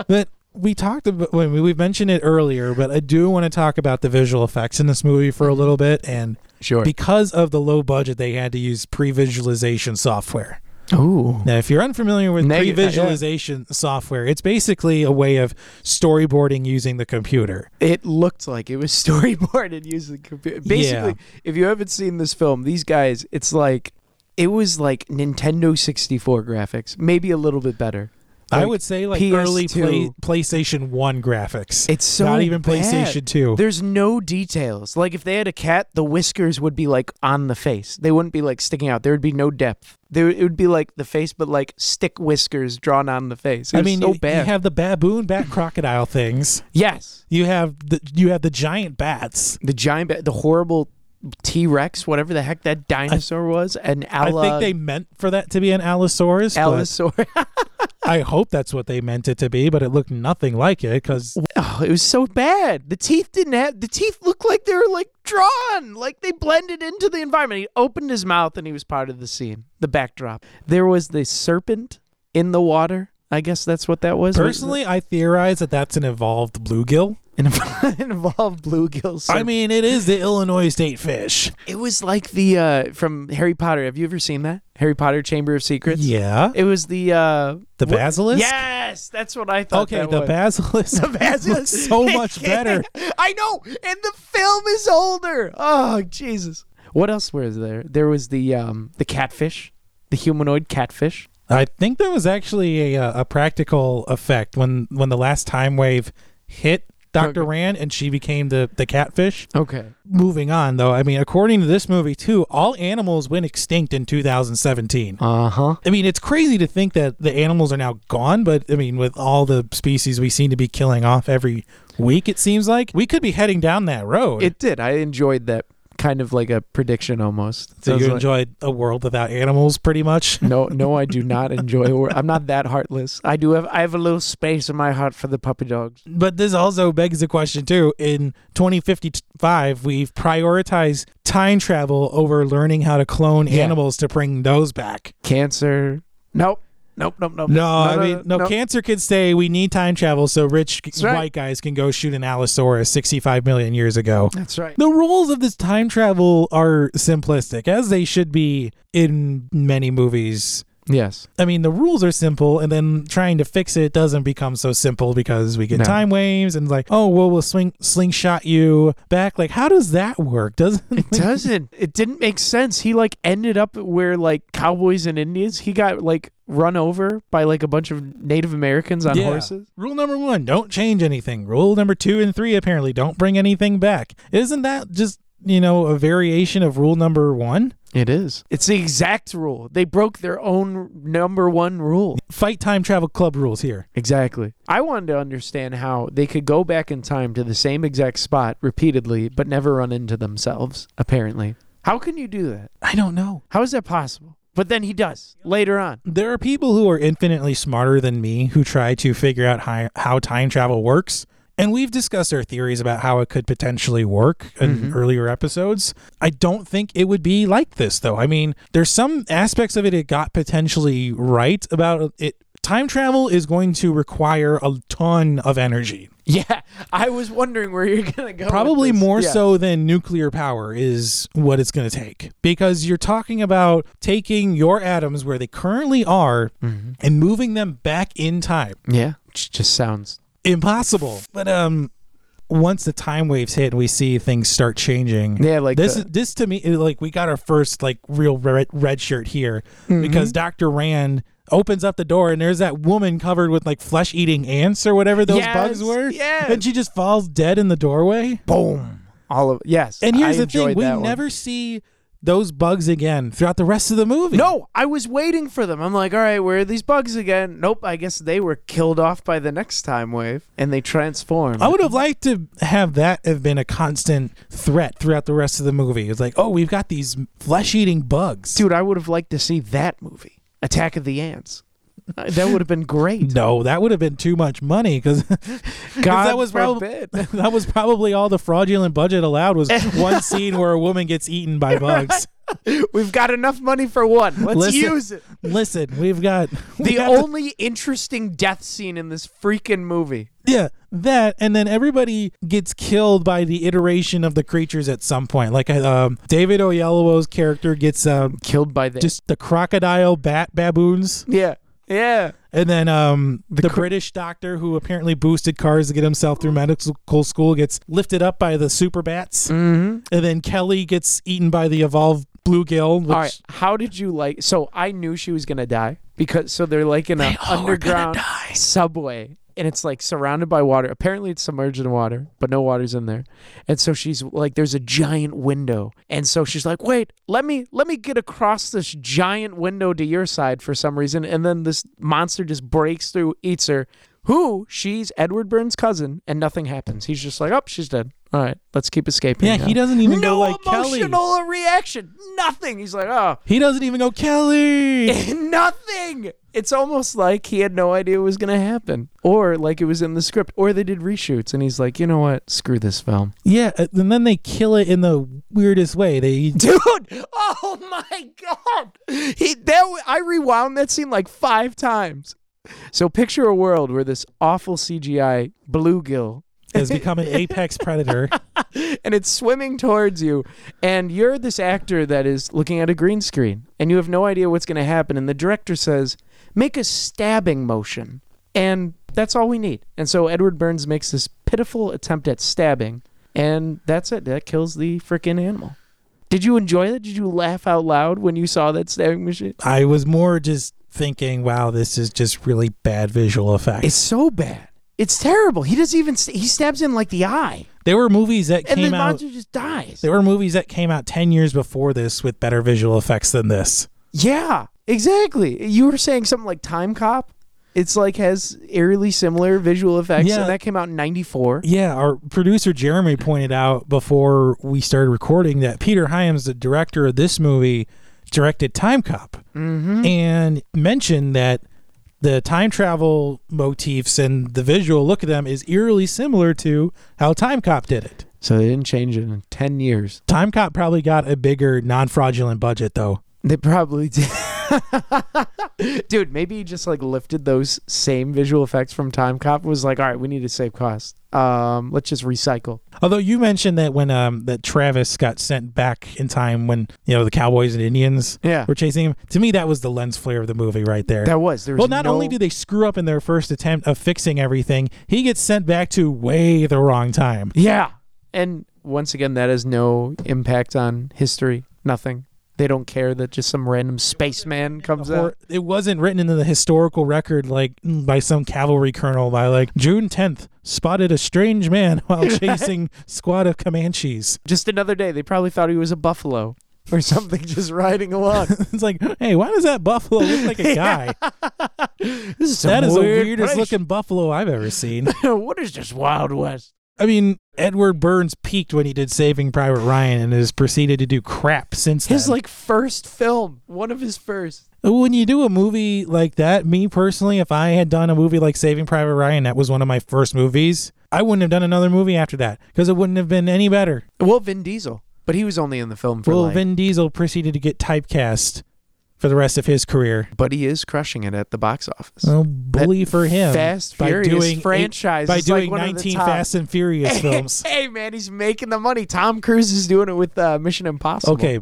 [SPEAKER 1] but we talked about well, we- we've mentioned it earlier, but I do want to talk about the visual effects in this movie
[SPEAKER 2] Mm-hmm.
[SPEAKER 1] for a little bit and
[SPEAKER 2] Sure.
[SPEAKER 1] because of the low budget they had to use pre-visualization software.
[SPEAKER 2] Ooh.
[SPEAKER 1] Now, if you're unfamiliar with
[SPEAKER 2] Neg- uh, yeah.
[SPEAKER 1] pre-visualization software, it's basically a way of storyboarding using the computer.
[SPEAKER 2] It looked like it was (laughs) storyboarded using computer. Basically, if you haven't seen this film, these guys, it's like it was like Nintendo 64 graphics, maybe a little bit better.
[SPEAKER 1] I
[SPEAKER 2] Like,
[SPEAKER 1] would say like
[SPEAKER 2] PS2.
[SPEAKER 1] early play, PlayStation 1 graphics.
[SPEAKER 2] It's so
[SPEAKER 1] not even
[SPEAKER 2] bad.
[SPEAKER 1] PlayStation 2.
[SPEAKER 2] There's no details. Like if they had a cat, the whiskers would be like on the face. They wouldn't be like sticking out. There would be no depth. There it would be like the face, but like stick whiskers drawn on the face. It
[SPEAKER 1] I
[SPEAKER 2] was
[SPEAKER 1] mean,
[SPEAKER 2] so
[SPEAKER 1] you- you
[SPEAKER 2] bad.
[SPEAKER 1] have the baboon bat crocodile things.
[SPEAKER 2] yes,
[SPEAKER 1] You have the you have the giant bats.
[SPEAKER 2] the giant, ba- the horrible T Rex, whatever the heck that dinosaur was, an
[SPEAKER 1] I
[SPEAKER 2] Alla,
[SPEAKER 1] think they meant for that to be an Allosaurus. but
[SPEAKER 2] Allosaur.
[SPEAKER 1] I hope that's what they meant it to be, but it looked nothing like it because
[SPEAKER 2] (laughs) oh, it was so bad. The teeth didn't have. The teeth looked like they were like drawn, like they blended into the environment. He opened his mouth and he was part of the scene, the backdrop. There was the serpent in the water. I guess that's what that was. (laughs)
[SPEAKER 1] personally, I theorize that that's an evolved bluegill.
[SPEAKER 2] It (laughs) involved bluegills.
[SPEAKER 1] I mean, it is the Illinois state fish.
[SPEAKER 2] It was like the uh from Harry Potter. Have you ever seen that? Harry Potter Chamber of Secrets?
[SPEAKER 1] Yeah.
[SPEAKER 2] It was the uh
[SPEAKER 1] The
[SPEAKER 2] what-
[SPEAKER 1] basilisk?
[SPEAKER 2] Yes, that's what I thought.
[SPEAKER 1] Okay,
[SPEAKER 2] that
[SPEAKER 1] the
[SPEAKER 2] was. (laughs)
[SPEAKER 1] basilisk. (laughs)
[SPEAKER 2] The basilisk
[SPEAKER 1] looks so much better.
[SPEAKER 2] (laughs) I know, and the film is older. Oh Jesus! What else was there? There was the um the catfish, the humanoid catfish.
[SPEAKER 1] I think there was actually a, uh, a practical effect when when the last time wave hit Dr.
[SPEAKER 2] Okay.
[SPEAKER 1] Rand and she became the, the catfish.
[SPEAKER 2] Okay.
[SPEAKER 1] Moving on though, I mean, according to this movie too, all animals went extinct in 2017.
[SPEAKER 2] Uh huh.
[SPEAKER 1] I mean, it's crazy to think that the animals are now gone, but I mean, with all the species we seem to be killing off every week, it seems like we could be heading down that road.
[SPEAKER 2] It did. I enjoyed that kind of like a prediction almost.
[SPEAKER 1] so
[SPEAKER 2] I was
[SPEAKER 1] you
[SPEAKER 2] like-
[SPEAKER 1] enjoyed a world without animals, pretty much. (laughs)
[SPEAKER 2] No, no, I (laughs) do not enjoy. War. I'm not that heartless. I do have. I have a little space in my heart for the puppy dogs.
[SPEAKER 1] But this also begs the question too. In 2055, we've prioritized time travel over learning how to clone
[SPEAKER 2] Yeah.
[SPEAKER 1] animals to bring those back.
[SPEAKER 2] Cancer. Nope. Nope. Nope. Nope.
[SPEAKER 1] No, I mean, no, cancer could say we need time travel so rich
[SPEAKER 2] right.
[SPEAKER 1] white guys can go shoot an Allosaurus 65 million years ago.
[SPEAKER 2] That's right.
[SPEAKER 1] The rules of this time travel are simplistic, as they should be in many movies.
[SPEAKER 2] Yes.
[SPEAKER 1] I mean, the rules are simple, and then trying to fix it doesn't become so simple because we get
[SPEAKER 2] No.
[SPEAKER 1] time waves and like, oh, well, we'll swing slingshot you back. Like, how does that work? Doesn't
[SPEAKER 2] (laughs) It doesn't. It didn't make sense. He like ended up where like cowboys and Indians. He got like run over by like a bunch of Native Americans on
[SPEAKER 1] Yeah.
[SPEAKER 2] horses.
[SPEAKER 1] Rule number one: don't change anything. Rule number two and three apparently don't bring anything back. Isn't that just you know a variation of rule number one?
[SPEAKER 2] It is. It's the exact rule. They broke their own number one rule.
[SPEAKER 1] Fight time travel club rules here.
[SPEAKER 2] Exactly. I wanted to understand how they could go back in time to the same exact spot repeatedly, but never run into themselves, apparently. How can you do that?
[SPEAKER 1] I don't know.
[SPEAKER 2] How is that possible? But then he does later on.
[SPEAKER 1] There are people who are infinitely smarter than me who try to figure out how, how time travel works. And we've discussed our theories about how it could potentially work in earlier episodes. I don't think it would be like this, though. I mean, there's some aspects of it it got potentially right about it. Time travel is going to require a ton of energy,
[SPEAKER 2] Yeah, I was wondering where you're going to go. with
[SPEAKER 1] probably
[SPEAKER 2] this.
[SPEAKER 1] more
[SPEAKER 2] Oh, Yeah.
[SPEAKER 1] so than nuclear power is what it's going to take because you're talking about taking your atoms where they currently are
[SPEAKER 2] Mm-hmm.
[SPEAKER 1] and moving them back in time
[SPEAKER 2] Yeah, which just sounds.
[SPEAKER 1] impossible but um once the time waves hit and we see things start changing
[SPEAKER 2] Yeah, like
[SPEAKER 1] this
[SPEAKER 2] the-
[SPEAKER 1] is this to me is like we got our first like real red, red shirt here
[SPEAKER 2] Mm-hmm.
[SPEAKER 1] because dr rand opens up the door and there's that woman covered with like flesh-eating ants or whatever those
[SPEAKER 2] Yes,
[SPEAKER 1] bugs were
[SPEAKER 2] yes.
[SPEAKER 1] and she just falls dead in the doorway
[SPEAKER 2] boom. All of yes.
[SPEAKER 1] and here's
[SPEAKER 2] I
[SPEAKER 1] the thing:
[SPEAKER 2] enjoyed
[SPEAKER 1] we
[SPEAKER 2] that one.
[SPEAKER 1] never see those bugs again throughout the rest of the movie.
[SPEAKER 2] No, I was waiting for them. I'm like, all right, where are these bugs again? Nope, I guess they were killed off by the next time wave, and they transformed.
[SPEAKER 1] I would have liked to have that have been a constant threat throughout the rest of the movie. It's like, oh, we've got these flesh-eating bugs.
[SPEAKER 2] Dude, I would have liked to see that movie, Attack of the Ants. Uh, That would have been great.
[SPEAKER 1] (laughs) No, that would have been too much money (laughs) because
[SPEAKER 2] God
[SPEAKER 1] that was prob- (laughs)
[SPEAKER 2] forbid.
[SPEAKER 1] that was probably all the fraudulent budget allowed
[SPEAKER 2] (laughs)
[SPEAKER 1] was one scene where a woman gets eaten by bugs.
[SPEAKER 2] (laughs) We've got enough money for one. Let's
[SPEAKER 1] Listen-
[SPEAKER 2] use it.
[SPEAKER 1] Listen, we've got we
[SPEAKER 2] The
[SPEAKER 1] have to-
[SPEAKER 2] only interesting death scene in this freaking movie.
[SPEAKER 1] Yeah, that, and then everybody gets killed by the iteration of the creatures at some point. Like um, David Oyelowo's character gets um,
[SPEAKER 2] Killed by the
[SPEAKER 1] just the crocodile bat baboons,
[SPEAKER 2] Yeah. Yeah.
[SPEAKER 1] and then um, the,
[SPEAKER 2] cr-
[SPEAKER 1] British doctor who apparently boosted cars to get himself through medical school gets lifted up by the super bats,
[SPEAKER 2] Mm-hmm.
[SPEAKER 1] and then Kelly gets eaten by the evolved bluegill. Which
[SPEAKER 2] All right. How did you like so I knew she was gonna die because so they're like in an underground subway and it's like surrounded by water. Apparently it's submerged in water, but no water's in there. And so she's like there's a giant window. And so she's like, "Wait, let me let me get across this giant window to your side for some reason." And then this monster just breaks through, eats her. Who? She's Edward Burns' cousin and nothing happens. He's just like, "Oh, she's dead." All right, let's keep escaping.
[SPEAKER 1] Yeah,
[SPEAKER 2] now."
[SPEAKER 1] he doesn't even
[SPEAKER 2] no
[SPEAKER 1] go like Kelly.
[SPEAKER 2] emotional reaction. Nothing. He's like, oh, (laughs)
[SPEAKER 1] He doesn't even go Kelly.
[SPEAKER 2] nothing. It's almost like he had no idea what was going to happen, or like it was in the script, or they did reshoots, and he's like, you know what? Screw this film, (laughs)
[SPEAKER 1] yeah, uh, and then they kill it in the weirdest way. They
[SPEAKER 2] dude. Oh my god, he that w- I rewound that scene like five times. So picture a world where this awful CGI bluegill
[SPEAKER 1] has become an apex predator.
[SPEAKER 2] (laughs) and it's swimming towards you and you're this actor that is looking at a green screen and you have no idea what's going to happen and the director says make a stabbing motion and that's all we need and so edward burns makes this pitiful attempt at stabbing and that's it that kills the freaking animal did you enjoy that did you laugh out loud when you saw that stabbing machine
[SPEAKER 1] I was more just thinking, wow, this is just really bad visual effects.
[SPEAKER 2] it's so bad it's terrible he doesn't even st- he stabs him like the eye
[SPEAKER 1] there were movies that
[SPEAKER 2] and
[SPEAKER 1] came
[SPEAKER 2] the
[SPEAKER 1] out.
[SPEAKER 2] monster just dies
[SPEAKER 1] There were movies that came out 10 years before this with better visual effects than this.
[SPEAKER 2] Yeah, exactly. You were saying something like Time Cop. It's like has eerily similar visual effects,
[SPEAKER 1] Yeah.
[SPEAKER 2] and that came out in '94.
[SPEAKER 1] Yeah, our producer Jeremy pointed out before we started recording that Peter Hyams, the director of this movie, directed Time Cop
[SPEAKER 2] Mm-hmm.
[SPEAKER 1] and mentioned that the time travel motifs and the visual look of them is eerily similar to how Time Cop did it.
[SPEAKER 2] So they didn't change it in ten years.
[SPEAKER 1] Time Cop probably got a bigger non fraudulent budget though.
[SPEAKER 2] They probably did. (laughs) Dude, maybe he just like lifted those same visual effects from Time Cop and was like, all right, we need to save cost. Um, let's just recycle.
[SPEAKER 1] Although you mentioned that when um that Travis got sent back in time when you know the Cowboys and Indians
[SPEAKER 2] Yeah.
[SPEAKER 1] were chasing him, to me that was the lens flare of the movie right there.
[SPEAKER 2] That was there was
[SPEAKER 1] well, not
[SPEAKER 2] no-
[SPEAKER 1] only do they screw up in their first attempt of fixing everything, he gets sent back to way the wrong time.
[SPEAKER 2] Yeah. And once again, that has no impact on history. Nothing. They don't care that just some random spaceman comes out.
[SPEAKER 1] Or it wasn't written into the historical record like by some cavalry colonel by like June 10th spotted a strange man (laughs)
[SPEAKER 2] (laughs)
[SPEAKER 1] while chasing squad of Comanches.
[SPEAKER 2] Just another day. They probably thought he was a buffalo or (laughs) something just riding (laughs) along.
[SPEAKER 1] It's like, hey, why does that buffalo look like
[SPEAKER 2] (laughs)
[SPEAKER 1] a guy?
[SPEAKER 2] This is
[SPEAKER 1] that is the
[SPEAKER 2] weird
[SPEAKER 1] weirdest
[SPEAKER 2] place.
[SPEAKER 1] looking buffalo I've ever
[SPEAKER 2] (laughs)
[SPEAKER 1] seen.
[SPEAKER 2] what is this Wild West?
[SPEAKER 1] I mean, Edward Burns peaked when he did Saving Private Ryan and has proceeded to do crap since
[SPEAKER 2] His
[SPEAKER 1] then. Uh,
[SPEAKER 2] like first film, one of his first.
[SPEAKER 1] when you do a movie like that, me personally, if I had done a movie like Saving Private Ryan, that was one of my first movies, I wouldn't have done another movie after that because it wouldn't have been any better.
[SPEAKER 2] Well, Vin Diesel, but he was only in the film for
[SPEAKER 1] well,
[SPEAKER 2] like-
[SPEAKER 1] Vin Diesel proceeded to get typecast for the rest of his career.
[SPEAKER 2] But he is crushing it at the box office. (laughs)
[SPEAKER 1] Oh, bully for him!
[SPEAKER 2] Fast
[SPEAKER 1] by
[SPEAKER 2] Furious
[SPEAKER 1] doing eight-
[SPEAKER 2] franchise
[SPEAKER 1] by
[SPEAKER 2] is, like,
[SPEAKER 1] doing
[SPEAKER 2] one of the
[SPEAKER 1] 19
[SPEAKER 2] top.
[SPEAKER 1] Fast and Furious
[SPEAKER 2] (laughs)
[SPEAKER 1] films.
[SPEAKER 2] hey man, he's making the money. Tom Cruise is doing it with uh, Mission Impossible.
[SPEAKER 1] Okay,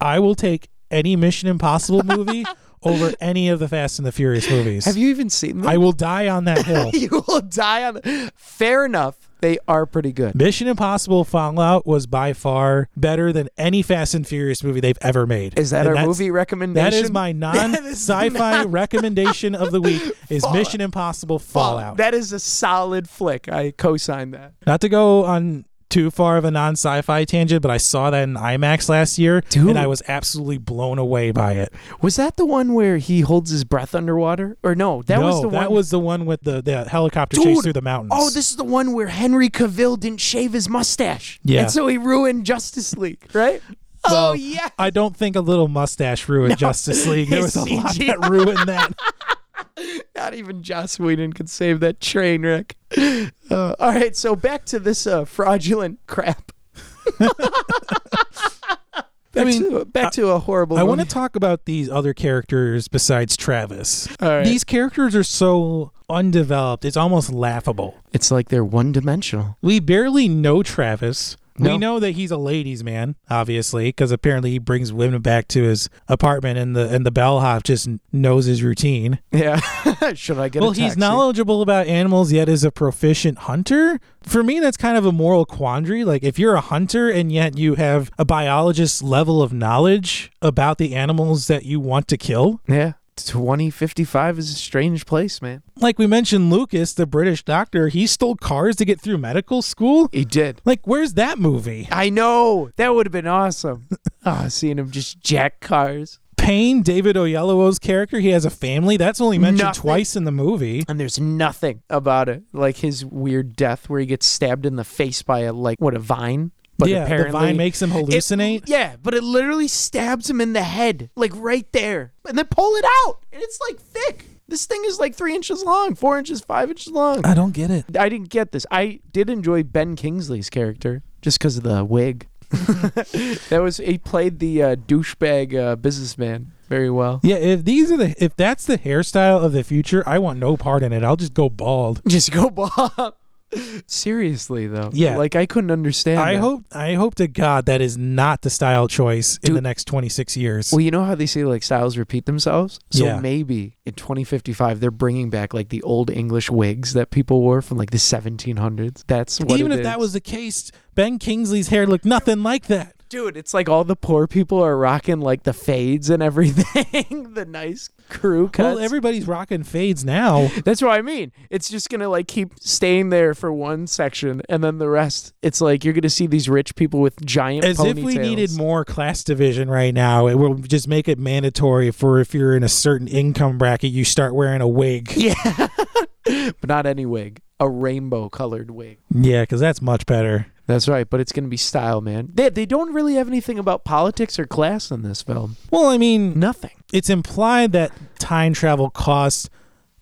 [SPEAKER 1] I will take any Mission Impossible
[SPEAKER 2] (laughs)
[SPEAKER 1] movie over any of the Fast and the Furious movies.
[SPEAKER 2] Have you even seen them?
[SPEAKER 1] I will die on that hill.
[SPEAKER 2] (laughs) you will die on. (laughs) Fair enough. They are pretty good.
[SPEAKER 1] Mission Impossible Fallout was by far better than any Fast and Furious movie they've ever made.
[SPEAKER 2] Is that
[SPEAKER 1] And
[SPEAKER 2] our
[SPEAKER 1] that's-
[SPEAKER 2] movie recommendation?
[SPEAKER 1] That is my non
[SPEAKER 2] (laughs) That is
[SPEAKER 1] sci-fi recommendation of the week
[SPEAKER 2] (laughs)
[SPEAKER 1] is Mission Impossible Fallout.
[SPEAKER 2] That is a solid flick. I co-signed that.
[SPEAKER 1] Not to go on too far of a non sci-fi tangent, but I saw that in IMAX last year
[SPEAKER 2] Dude.
[SPEAKER 1] and I was absolutely blown away by it.
[SPEAKER 2] Was that the one where he holds his breath underwater? Or no, that
[SPEAKER 1] no,
[SPEAKER 2] was the
[SPEAKER 1] that
[SPEAKER 2] one.
[SPEAKER 1] was the one with the, the helicopter chase
[SPEAKER 2] Dude.
[SPEAKER 1] through the mountains.
[SPEAKER 2] oh, this is the one where Henry Cavill didn't shave his mustache.
[SPEAKER 1] Yeah.
[SPEAKER 2] And so he ruined Justice League, right?
[SPEAKER 1] (laughs)
[SPEAKER 2] oh
[SPEAKER 1] Well,
[SPEAKER 2] yeah.
[SPEAKER 1] I don't think a little mustache
[SPEAKER 2] (laughs)
[SPEAKER 1] ruined Justice League. There was
[SPEAKER 2] His
[SPEAKER 1] a lot
[SPEAKER 2] CGI.
[SPEAKER 1] that ruined
[SPEAKER 2] (laughs)
[SPEAKER 1] that.
[SPEAKER 2] Not even Joss Whedon could save that train wreck. Uh, all right, so back to this uh, fraudulent crap. back
[SPEAKER 1] mean,
[SPEAKER 2] to, back to a horrible.
[SPEAKER 1] I want
[SPEAKER 2] movie.
[SPEAKER 1] to talk about these other characters besides Travis.
[SPEAKER 2] All right.
[SPEAKER 1] These characters are so undeveloped, it's almost laughable.
[SPEAKER 2] It's like they're one dimensional.
[SPEAKER 1] We barely know Travis.
[SPEAKER 2] No.
[SPEAKER 1] We know that he's a ladies' man, obviously, because apparently he brings women back to his apartment, and the and the bellhop just knows his routine.
[SPEAKER 2] Yeah. (laughs) Should I get?
[SPEAKER 1] Well,
[SPEAKER 2] a
[SPEAKER 1] he's
[SPEAKER 2] taxi?
[SPEAKER 1] knowledgeable about animals, yet is a proficient hunter. For me, that's kind of a moral quandary. Like, if you're a hunter and yet you have a biologist level of knowledge about the animals that you want to kill,
[SPEAKER 2] Yeah. 2055 is a strange place, man.
[SPEAKER 1] like we mentioned lucas the british doctor he stole cars to get through medical school
[SPEAKER 2] He did.
[SPEAKER 1] like where's that movie (laughs)
[SPEAKER 2] I know. That would have been awesome. Ah, seeing him just jack cars.
[SPEAKER 1] Payne, David Oyelowo's character, he has a family. That's only mentioned
[SPEAKER 2] Nothing.
[SPEAKER 1] twice in the movie.
[SPEAKER 2] and there's nothing about it. Like his weird death where he gets stabbed in the face by a like what a vine. But
[SPEAKER 1] yeah, the
[SPEAKER 2] apparently
[SPEAKER 1] vine makes him
[SPEAKER 2] it-
[SPEAKER 1] hallucinate.
[SPEAKER 2] yeah, but it literally stabs him in the head, like right there. And then pull it out. And it's like thick. This thing is like three inches long, four inches, five inches long.
[SPEAKER 1] I don't get it.
[SPEAKER 2] I didn't get this. I did enjoy Ben Kingsley's character just because of the wig. (laughs) that was he played the uh, douchebag uh, businessman very well. (laughs)
[SPEAKER 1] Yeah, if these are the if that's the hairstyle of the future, I want no part in it. I'll just go bald.
[SPEAKER 2] Just go Bob. Seriously though,
[SPEAKER 1] Yeah.
[SPEAKER 2] like I couldn't understand.
[SPEAKER 1] I
[SPEAKER 2] that.
[SPEAKER 1] hope I hope to God that is not the style choice in
[SPEAKER 2] Dude.
[SPEAKER 1] the next 26 years.
[SPEAKER 2] Well, you know how they say like styles repeat themselves. So
[SPEAKER 1] Yeah.
[SPEAKER 2] maybe in 2055 they're bringing back like the old English wigs that people wore from like the 1700s. That's what
[SPEAKER 1] Even
[SPEAKER 2] it
[SPEAKER 1] if that
[SPEAKER 2] is.
[SPEAKER 1] was the case, Ben Kingsley's hair looked nothing like that.
[SPEAKER 2] Dude, it's like all the poor people are rocking like the fades and everything, (laughs) the nice crew cuts.
[SPEAKER 1] Well, everybody's rocking fades now.
[SPEAKER 2] That's what I mean. It's just gonna like keep staying there for one section, and then the rest. It's like you're gonna see these rich people with giant.
[SPEAKER 1] As if we
[SPEAKER 2] ponytails.
[SPEAKER 1] needed more class division right now, it will just make it mandatory for if you're in a certain income bracket, you start wearing a wig.
[SPEAKER 2] yeah, but not any wig, a rainbow colored wig.
[SPEAKER 1] Yeah, because that's much better.
[SPEAKER 2] That's right, but it's gonna be style, man. They they don't really have anything about politics or class in this film.
[SPEAKER 1] Well, I mean,
[SPEAKER 2] Nothing.
[SPEAKER 1] it's implied that time travel costs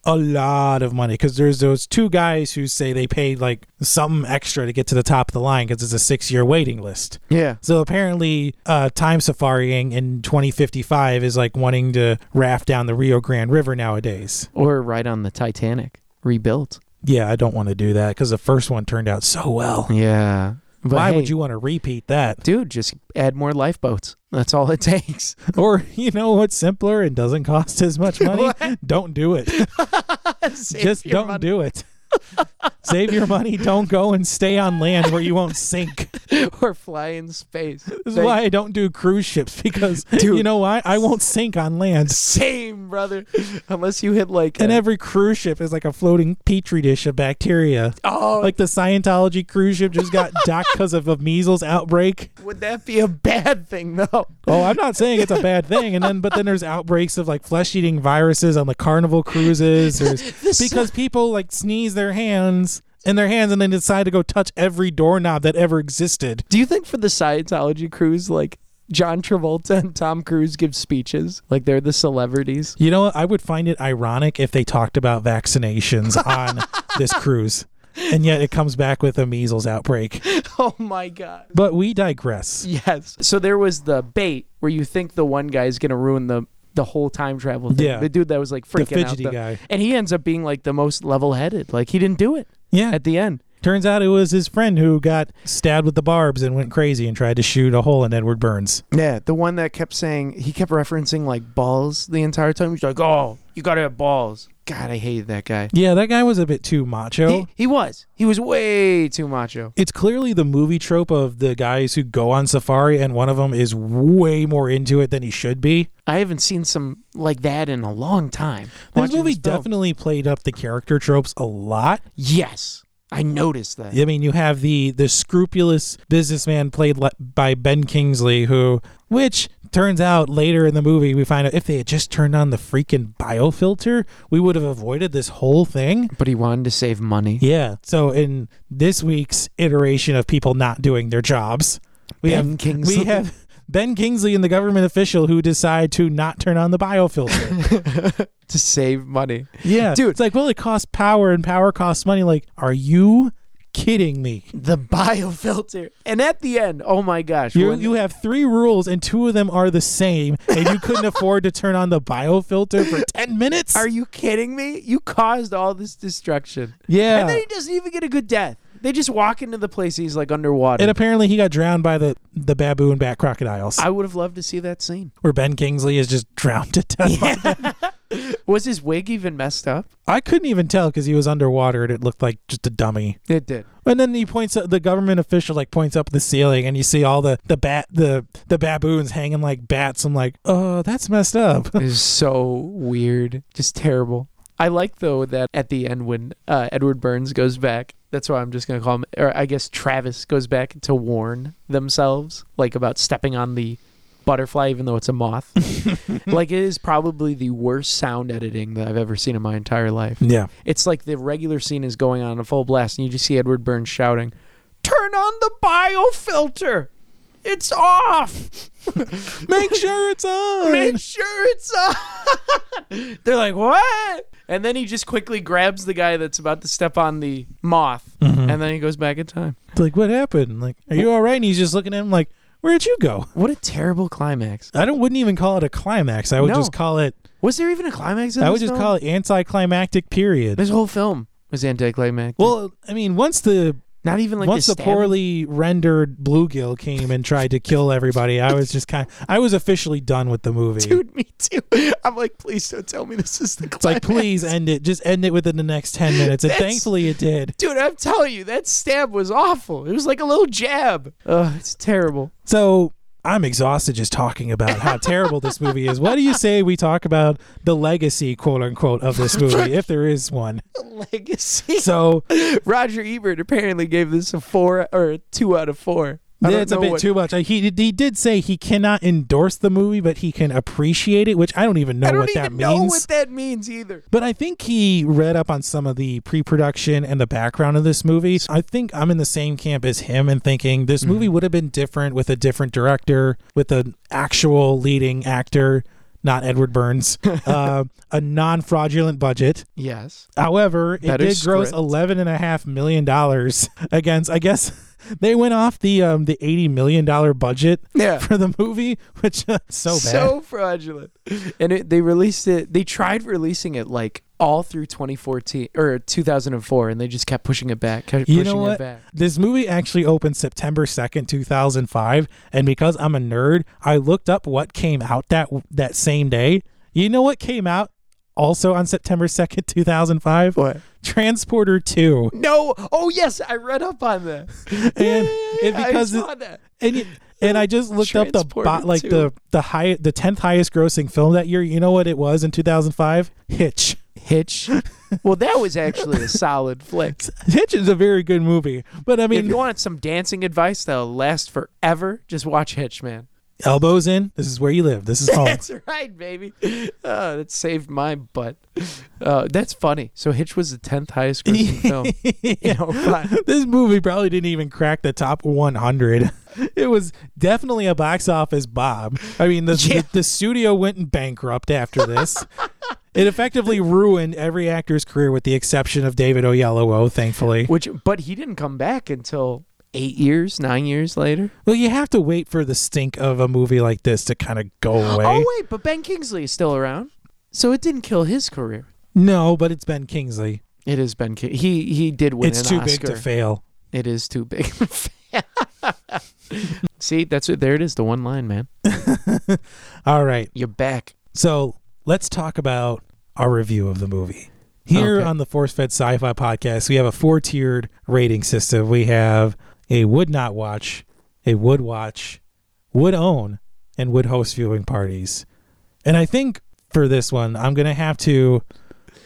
[SPEAKER 1] a lot of money because there's those two guys who say they paid like something extra to get to the top of the line because it's a six year waiting list.
[SPEAKER 2] Yeah.
[SPEAKER 1] So apparently, uh, time safariing in 2055 is like wanting to raft down the Rio Grande River nowadays.
[SPEAKER 2] Or right on the Titanic, rebuilt.
[SPEAKER 1] Yeah, I don't want to do that because the first one turned out so well.
[SPEAKER 2] Yeah. But
[SPEAKER 1] Why
[SPEAKER 2] hey,
[SPEAKER 1] would you want to repeat that?
[SPEAKER 2] dude? Just add more lifeboats. That's all it (laughs) takes.
[SPEAKER 1] (laughs) Or you know what's simpler and doesn't cost as much
[SPEAKER 2] (laughs)
[SPEAKER 1] money? don't do it.
[SPEAKER 2] Save
[SPEAKER 1] Just
[SPEAKER 2] your
[SPEAKER 1] don't
[SPEAKER 2] money.
[SPEAKER 1] do it. (laughs) Save your money. Don't go and stay on land where you won't sink.
[SPEAKER 2] (laughs) or fly in space.
[SPEAKER 1] This is
[SPEAKER 2] Thank-
[SPEAKER 1] why I don't do cruise ships because
[SPEAKER 2] Dude.
[SPEAKER 1] you know why? I won't sink on land.
[SPEAKER 2] Same, brother. Unless you hit like
[SPEAKER 1] And
[SPEAKER 2] a-
[SPEAKER 1] every cruise ship is like a floating petri dish of bacteria.
[SPEAKER 2] oh,
[SPEAKER 1] Like the Scientology cruise ship just
[SPEAKER 2] (laughs)
[SPEAKER 1] got docked because of a measles outbreak.
[SPEAKER 2] would that be a bad thing though?
[SPEAKER 1] Oh, I'm not saying it's a bad thing. And then, but then there's outbreaks of like flesh eating viruses on the carnival cruises. There's, because people like sneeze their hands in their hands and then decide to go touch every doorknob that ever existed.
[SPEAKER 2] Do you think for the Scientology cruise, like John Travolta and Tom Cruise give speeches like they're the celebrities?
[SPEAKER 1] You know what? I would find it ironic if they talked about vaccinations on this cruise. And yet it comes back with a measles outbreak.
[SPEAKER 2] (laughs) Oh my god.
[SPEAKER 1] But we digress.
[SPEAKER 2] Yes. So there was the bait where you think the one guy is gonna ruin the the whole time travel thing.
[SPEAKER 1] Yeah.
[SPEAKER 2] The dude that was like
[SPEAKER 1] The
[SPEAKER 2] freaking
[SPEAKER 1] fidgety
[SPEAKER 2] out. the-
[SPEAKER 1] guy.
[SPEAKER 2] And he ends up being like the most level headed. Like he didn't do it
[SPEAKER 1] Yeah.
[SPEAKER 2] at the end.
[SPEAKER 1] Turns out it was his friend who got stabbed with the barbs and went crazy and tried to shoot a hole in Edward Burns.
[SPEAKER 2] Yeah, the one that kept saying he kept referencing like balls the entire time. He's like, "Oh, you gotta have balls." God, I hated that guy.
[SPEAKER 1] Yeah, that guy was a bit too macho.
[SPEAKER 2] He, he was. He was way too macho.
[SPEAKER 1] it's clearly the movie trope of the guys who go on safari and one of them is way more into it than he should be.
[SPEAKER 2] I haven't seen some like that in a long time.
[SPEAKER 1] This
[SPEAKER 2] Watching
[SPEAKER 1] movie
[SPEAKER 2] film.
[SPEAKER 1] definitely played up the character tropes a lot.
[SPEAKER 2] Yes, I noticed that.
[SPEAKER 1] I mean, you have the the scrupulous businessman played le- by Ben Kingsley, who, which turns out later in the movie, we find out if they had just turned on the freaking biofilter, we would have avoided this whole thing.
[SPEAKER 2] But he wanted to save money.
[SPEAKER 1] Yeah. So in this week's iteration of people not doing their jobs, we
[SPEAKER 2] Ben
[SPEAKER 1] have
[SPEAKER 2] Kingsley.
[SPEAKER 1] we have (laughs) Ben Kingsley and the government official who decide to not turn on the
[SPEAKER 2] (laughs)
[SPEAKER 1] biofilter.
[SPEAKER 2] To save money.
[SPEAKER 1] yeah,
[SPEAKER 2] Dude.
[SPEAKER 1] It's like, well, it costs power, and power costs money. Like, are you kidding me?
[SPEAKER 2] The biofilter. And at the end, oh my gosh.
[SPEAKER 1] You
[SPEAKER 2] when-
[SPEAKER 1] you have three rules, and two of them are the same, and you
[SPEAKER 2] (laughs)
[SPEAKER 1] couldn't afford to turn on the biofilter for ten minutes.
[SPEAKER 2] are you kidding me? You caused all this destruction.
[SPEAKER 1] yeah.
[SPEAKER 2] And then he doesn't even get a good death. They just walk into the place he's like underwater.
[SPEAKER 1] and apparently, he got drowned by the the baboon bat crocodiles,
[SPEAKER 2] I would have loved to see that scene.
[SPEAKER 1] where Ben Kingsley is just drowned to death. by
[SPEAKER 2] Was his wig even messed up?
[SPEAKER 1] I couldn't even tell because he was underwater and it looked like just a dummy.
[SPEAKER 2] It did.
[SPEAKER 1] And then he points up the government official like points up the ceiling and you see all the the bat the the baboons hanging like bats. I'm like, oh, that's messed
[SPEAKER 2] (laughs)
[SPEAKER 1] up.
[SPEAKER 2] It is so weird. Just terrible. I like though that at the end when uh, Edward Burns goes back, that's why I'm just gonna call him, or I guess Travis goes back to warn themselves, like about stepping on the butterfly, even though it's a moth. like it is probably the worst sound editing that I've ever seen in my entire life.
[SPEAKER 1] Yeah.
[SPEAKER 2] It's like the regular scene is going on in full blast, and you just see Edward Burns shouting, "Turn on the biofilter! It's off!
[SPEAKER 1] Make sure
[SPEAKER 2] (laughs)
[SPEAKER 1] it's on.
[SPEAKER 2] Make sure it's on!" (laughs) They're like, "What?" And then he just quickly grabs the guy that's about to step on the moth,
[SPEAKER 1] Mm-hmm.
[SPEAKER 2] and then he goes back in time.
[SPEAKER 1] It's (laughs) like, what happened? Like, are you all right? And he's just looking at him like, where'd you go?
[SPEAKER 2] What a terrible climax!
[SPEAKER 1] I don't wouldn't even call it a climax. I would
[SPEAKER 2] No.
[SPEAKER 1] just call it.
[SPEAKER 2] Was there even a climax? In
[SPEAKER 1] I
[SPEAKER 2] this
[SPEAKER 1] would just
[SPEAKER 2] film?
[SPEAKER 1] call it anticlimactic period.
[SPEAKER 2] This whole film was anticlimactic.
[SPEAKER 1] Well, I mean, once the
[SPEAKER 2] not even like
[SPEAKER 1] once
[SPEAKER 2] the,
[SPEAKER 1] the poorly rendered bluegill came and tried to kill everybody, I was just kind. of I was officially done with the movie.
[SPEAKER 2] dude. Me too. I'm like, please don't tell me this is the climax.
[SPEAKER 1] it's like, please end it. Just end it within the next ten minutes, and
[SPEAKER 2] That's-
[SPEAKER 1] thankfully it did.
[SPEAKER 2] Dude, I'm telling you, that stab was awful. It was like a little jab. Ugh, it's terrible.
[SPEAKER 1] So I'm exhausted just talking about how terrible this movie is. What do you say we talk about the legacy, quote unquote, of this movie, if there is one?
[SPEAKER 2] Legacy. (laughs)
[SPEAKER 1] So
[SPEAKER 2] Roger Ebert apparently gave this a four or a two out of four. I don't
[SPEAKER 1] That's a
[SPEAKER 2] know
[SPEAKER 1] bit
[SPEAKER 2] what-
[SPEAKER 1] too much. Like, he he did say he cannot endorse the movie, but he can appreciate it, which I don't even know
[SPEAKER 2] I don't
[SPEAKER 1] what
[SPEAKER 2] even
[SPEAKER 1] that
[SPEAKER 2] know
[SPEAKER 1] means.
[SPEAKER 2] what that means either.
[SPEAKER 1] but I think he read up on some of the pre-production and the background of this movie. I think I'm in the same camp as him and thinking this
[SPEAKER 2] Mm-hmm.
[SPEAKER 1] movie would have been different with a different director, with an actual leading actor, not Edward
[SPEAKER 2] (laughs)
[SPEAKER 1] Burns, uh, a non-fraudulent budget.
[SPEAKER 2] Yes.
[SPEAKER 1] However, it
[SPEAKER 2] Better
[SPEAKER 1] did gross
[SPEAKER 2] script.
[SPEAKER 1] eleven and a half million dollars against. I guess (laughs) they went off the um the eighty million dollar budget
[SPEAKER 2] Yeah.
[SPEAKER 1] for the movie, which uh, so bad.
[SPEAKER 2] So fraudulent. And it, they released it. They tried releasing it like all through 2014 or 2004, and they just kept pushing it back. Kept
[SPEAKER 1] you
[SPEAKER 2] pushing
[SPEAKER 1] know
[SPEAKER 2] it
[SPEAKER 1] what?
[SPEAKER 2] back.
[SPEAKER 1] This movie actually opened September second, two thousand five, and because I'm a nerd, I looked up what came out that that same day. You know what came out also on September second, two thousand five?
[SPEAKER 2] What?
[SPEAKER 1] Transporter two,
[SPEAKER 2] No. Oh yes, I read up on that.
[SPEAKER 1] (laughs) and it, because
[SPEAKER 2] I
[SPEAKER 1] it,
[SPEAKER 2] saw that.
[SPEAKER 1] and y- and I just looked up the bot
[SPEAKER 2] Transporter
[SPEAKER 1] like the the high the tenth highest grossing film that year. You know what it was in two thousand five? Hitch.
[SPEAKER 2] Hitch. well, that was actually a solid flick.
[SPEAKER 1] (laughs) Hitch is a very good movie, but I
[SPEAKER 2] If
[SPEAKER 1] mean,
[SPEAKER 2] you want some dancing advice that'll last forever, just watch Hitch, man.
[SPEAKER 1] elbows in. This is where you live. This is home.
[SPEAKER 2] (laughs) That's right, baby. Oh, that saved my butt. Uh, that's funny. So Hitch was the tenth
[SPEAKER 1] (laughs)
[SPEAKER 2] highest grossing film. You know, fine.
[SPEAKER 1] this movie probably didn't even crack the top 100. (laughs) It was definitely a box office bomb. I mean, the
[SPEAKER 2] Yeah.
[SPEAKER 1] the, the studio went bankrupt after this. it effectively ruined every actor's career, with the exception of David Oyelowo, thankfully.
[SPEAKER 2] Which, but he didn't come back until eight years, nine years later.
[SPEAKER 1] Well, you have to wait for the stink of a movie like this to kind of go away.
[SPEAKER 2] (gasps) Oh wait, but Ben Kingsley is still around, so it didn't kill his career.
[SPEAKER 1] no, but it's Ben Kingsley.
[SPEAKER 2] It is Ben King. He he did win.
[SPEAKER 1] it's
[SPEAKER 2] an
[SPEAKER 1] too big
[SPEAKER 2] Oscar.
[SPEAKER 1] to fail.
[SPEAKER 2] It is too big. (laughs) See, that's it. There it is. The one line, man.
[SPEAKER 1] All right.
[SPEAKER 2] You're back.
[SPEAKER 1] So let's talk about our review of the movie. Here
[SPEAKER 2] Okay.
[SPEAKER 1] on the Force Fed Sci Fi podcast, we have a four tiered rating system. We have a would not watch, a would watch, would own, and would host viewing parties. And I think for this one, I'm going to have to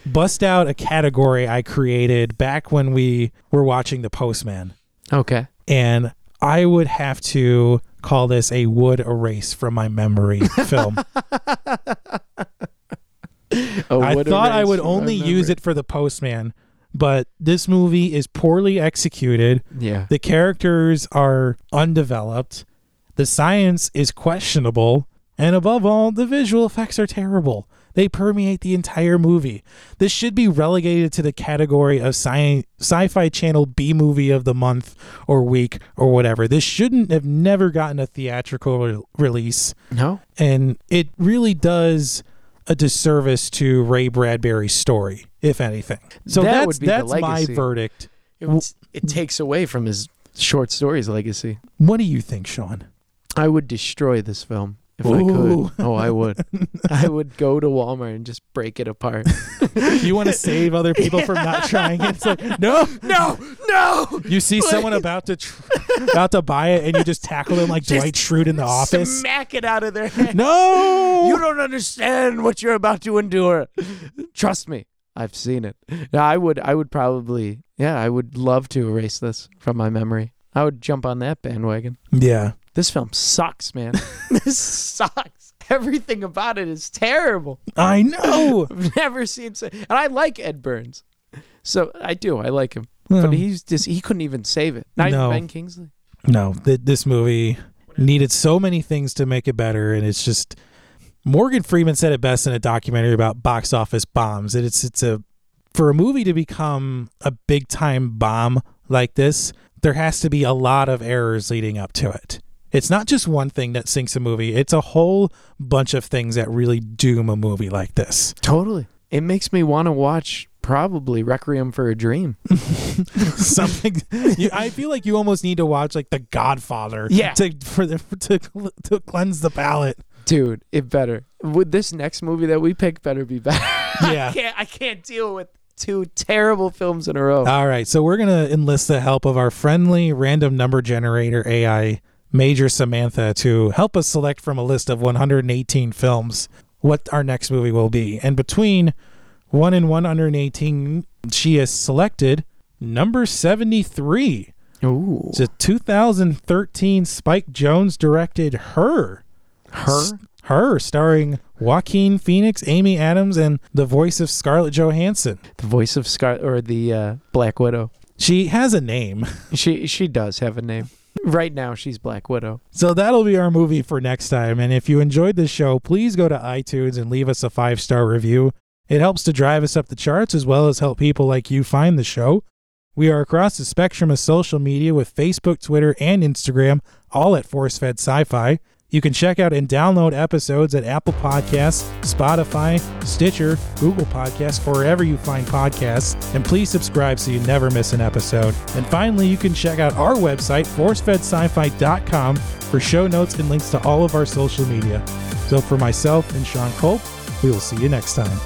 [SPEAKER 1] bust out a category I created back when we were watching The Postman.
[SPEAKER 2] Okay.
[SPEAKER 1] And I would have to call this a would erase from my memory film.
[SPEAKER 2] Oh,
[SPEAKER 1] I thought I would only use it for the postman, but this movie is poorly executed.
[SPEAKER 2] Yeah.
[SPEAKER 1] The characters are undeveloped. The science is questionable. And above all, the visual effects are terrible. They permeate the entire movie. This should be relegated to the category of sci- sci-fi channel B movie of the month or week or whatever. This shouldn't have never gotten a theatrical re- release
[SPEAKER 2] No.
[SPEAKER 1] and it really does a disservice to Ray Bradbury's story, if anything. So
[SPEAKER 2] That
[SPEAKER 1] that's
[SPEAKER 2] would be the
[SPEAKER 1] that's my
[SPEAKER 2] legacy.
[SPEAKER 1] verdict.
[SPEAKER 2] It, was- it takes away from his short stories legacy.
[SPEAKER 1] What do you think, Sean?
[SPEAKER 2] I would destroy this film if
[SPEAKER 1] Ooh.
[SPEAKER 2] I could. Oh, I (laughs) would. I would go to Walmart and just break it apart.
[SPEAKER 1] You want to save other people from not trying? It's like no.
[SPEAKER 2] (laughs) no, no.
[SPEAKER 1] You see someone about to tr- about to buy it, and you just tackle them like
[SPEAKER 2] Just
[SPEAKER 1] Dwight Schrute in the office.
[SPEAKER 2] Smack it out of their hand.
[SPEAKER 1] no,
[SPEAKER 2] You don't understand what you're about to endure. Trust me, I've seen it. Now, I would, I would probably, yeah, I would love to erase this from my memory. I would jump on that bandwagon.
[SPEAKER 1] Yeah.
[SPEAKER 2] This film sucks, man. (laughs) this sucks. Everything about it is terrible.
[SPEAKER 1] I know.
[SPEAKER 2] I've (laughs) never seen so- and I like Ed Burns. So I do, I like him.
[SPEAKER 1] Well,
[SPEAKER 2] but he's just he couldn't even save it. Not
[SPEAKER 1] No.
[SPEAKER 2] even Ben Kingsley.
[SPEAKER 1] no, th- this movie needed so many things to make it better, and it's just Morgan Freeman said it best in a documentary about box office bombs. That it's it's a for a movie to become a big time bomb like this, there has to be a lot of errors leading up to it. It's not just one thing that sinks a movie; it's a whole bunch of things that really doom a movie like this. (laughs)
[SPEAKER 2] Totally. It makes me want to watch probably Requiem for a Dream.
[SPEAKER 1] something. you, I feel like you almost need to watch like The Godfather.
[SPEAKER 2] Yeah.
[SPEAKER 1] To for the, to cl- to cleanse the palate.
[SPEAKER 2] Dude, it better. Would this next movie that we pick better be better?
[SPEAKER 1] Yeah.
[SPEAKER 2] (laughs) I can't I can't deal with two terrible films in a row.
[SPEAKER 1] All right, so we're gonna enlist the help of our friendly random number generator AI, Major Samantha, to help us select from a list of 118 films what our next movie will be. And between one and 118, she has selected number 73.
[SPEAKER 2] Ooh.
[SPEAKER 1] It's a 2013 Spike Jones directed Her.
[SPEAKER 2] Her?
[SPEAKER 1] S- Her, starring Joaquin Phoenix, Amy Adams, and the voice of Scarlett Johansson.
[SPEAKER 2] The voice of Scar or the uh, Black Widow.
[SPEAKER 1] She has a name.
[SPEAKER 2] She she does have a name. Right now she's Black Widow.
[SPEAKER 1] So that'll be our movie for next time. And if you enjoyed this show, please go to iTunes and leave us a five star review. It helps to drive us up the charts as well as help people like you find the show. We are across the spectrum of social media with Facebook, Twitter, and Instagram, all at Force Fed Sci Fi. You can check out and download episodes at Apple Podcasts, Spotify, Stitcher, Google Podcasts, or wherever you find podcasts. And please subscribe so you never miss an episode. And finally, you can check out our website, forcefedscifi.com, for show notes and links to all of our social media. So for myself and Sean Culp, we will see you next time.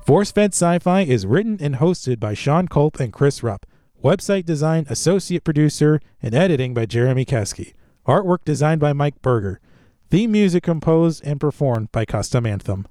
[SPEAKER 1] Force Fed Sci Fi is written and hosted by Sean Culp and Chris Rupp. Website design, associate producer, and editing by Jeremy Keski. Artwork designed by Mike Berger. Theme music composed and performed by Custom Anthem.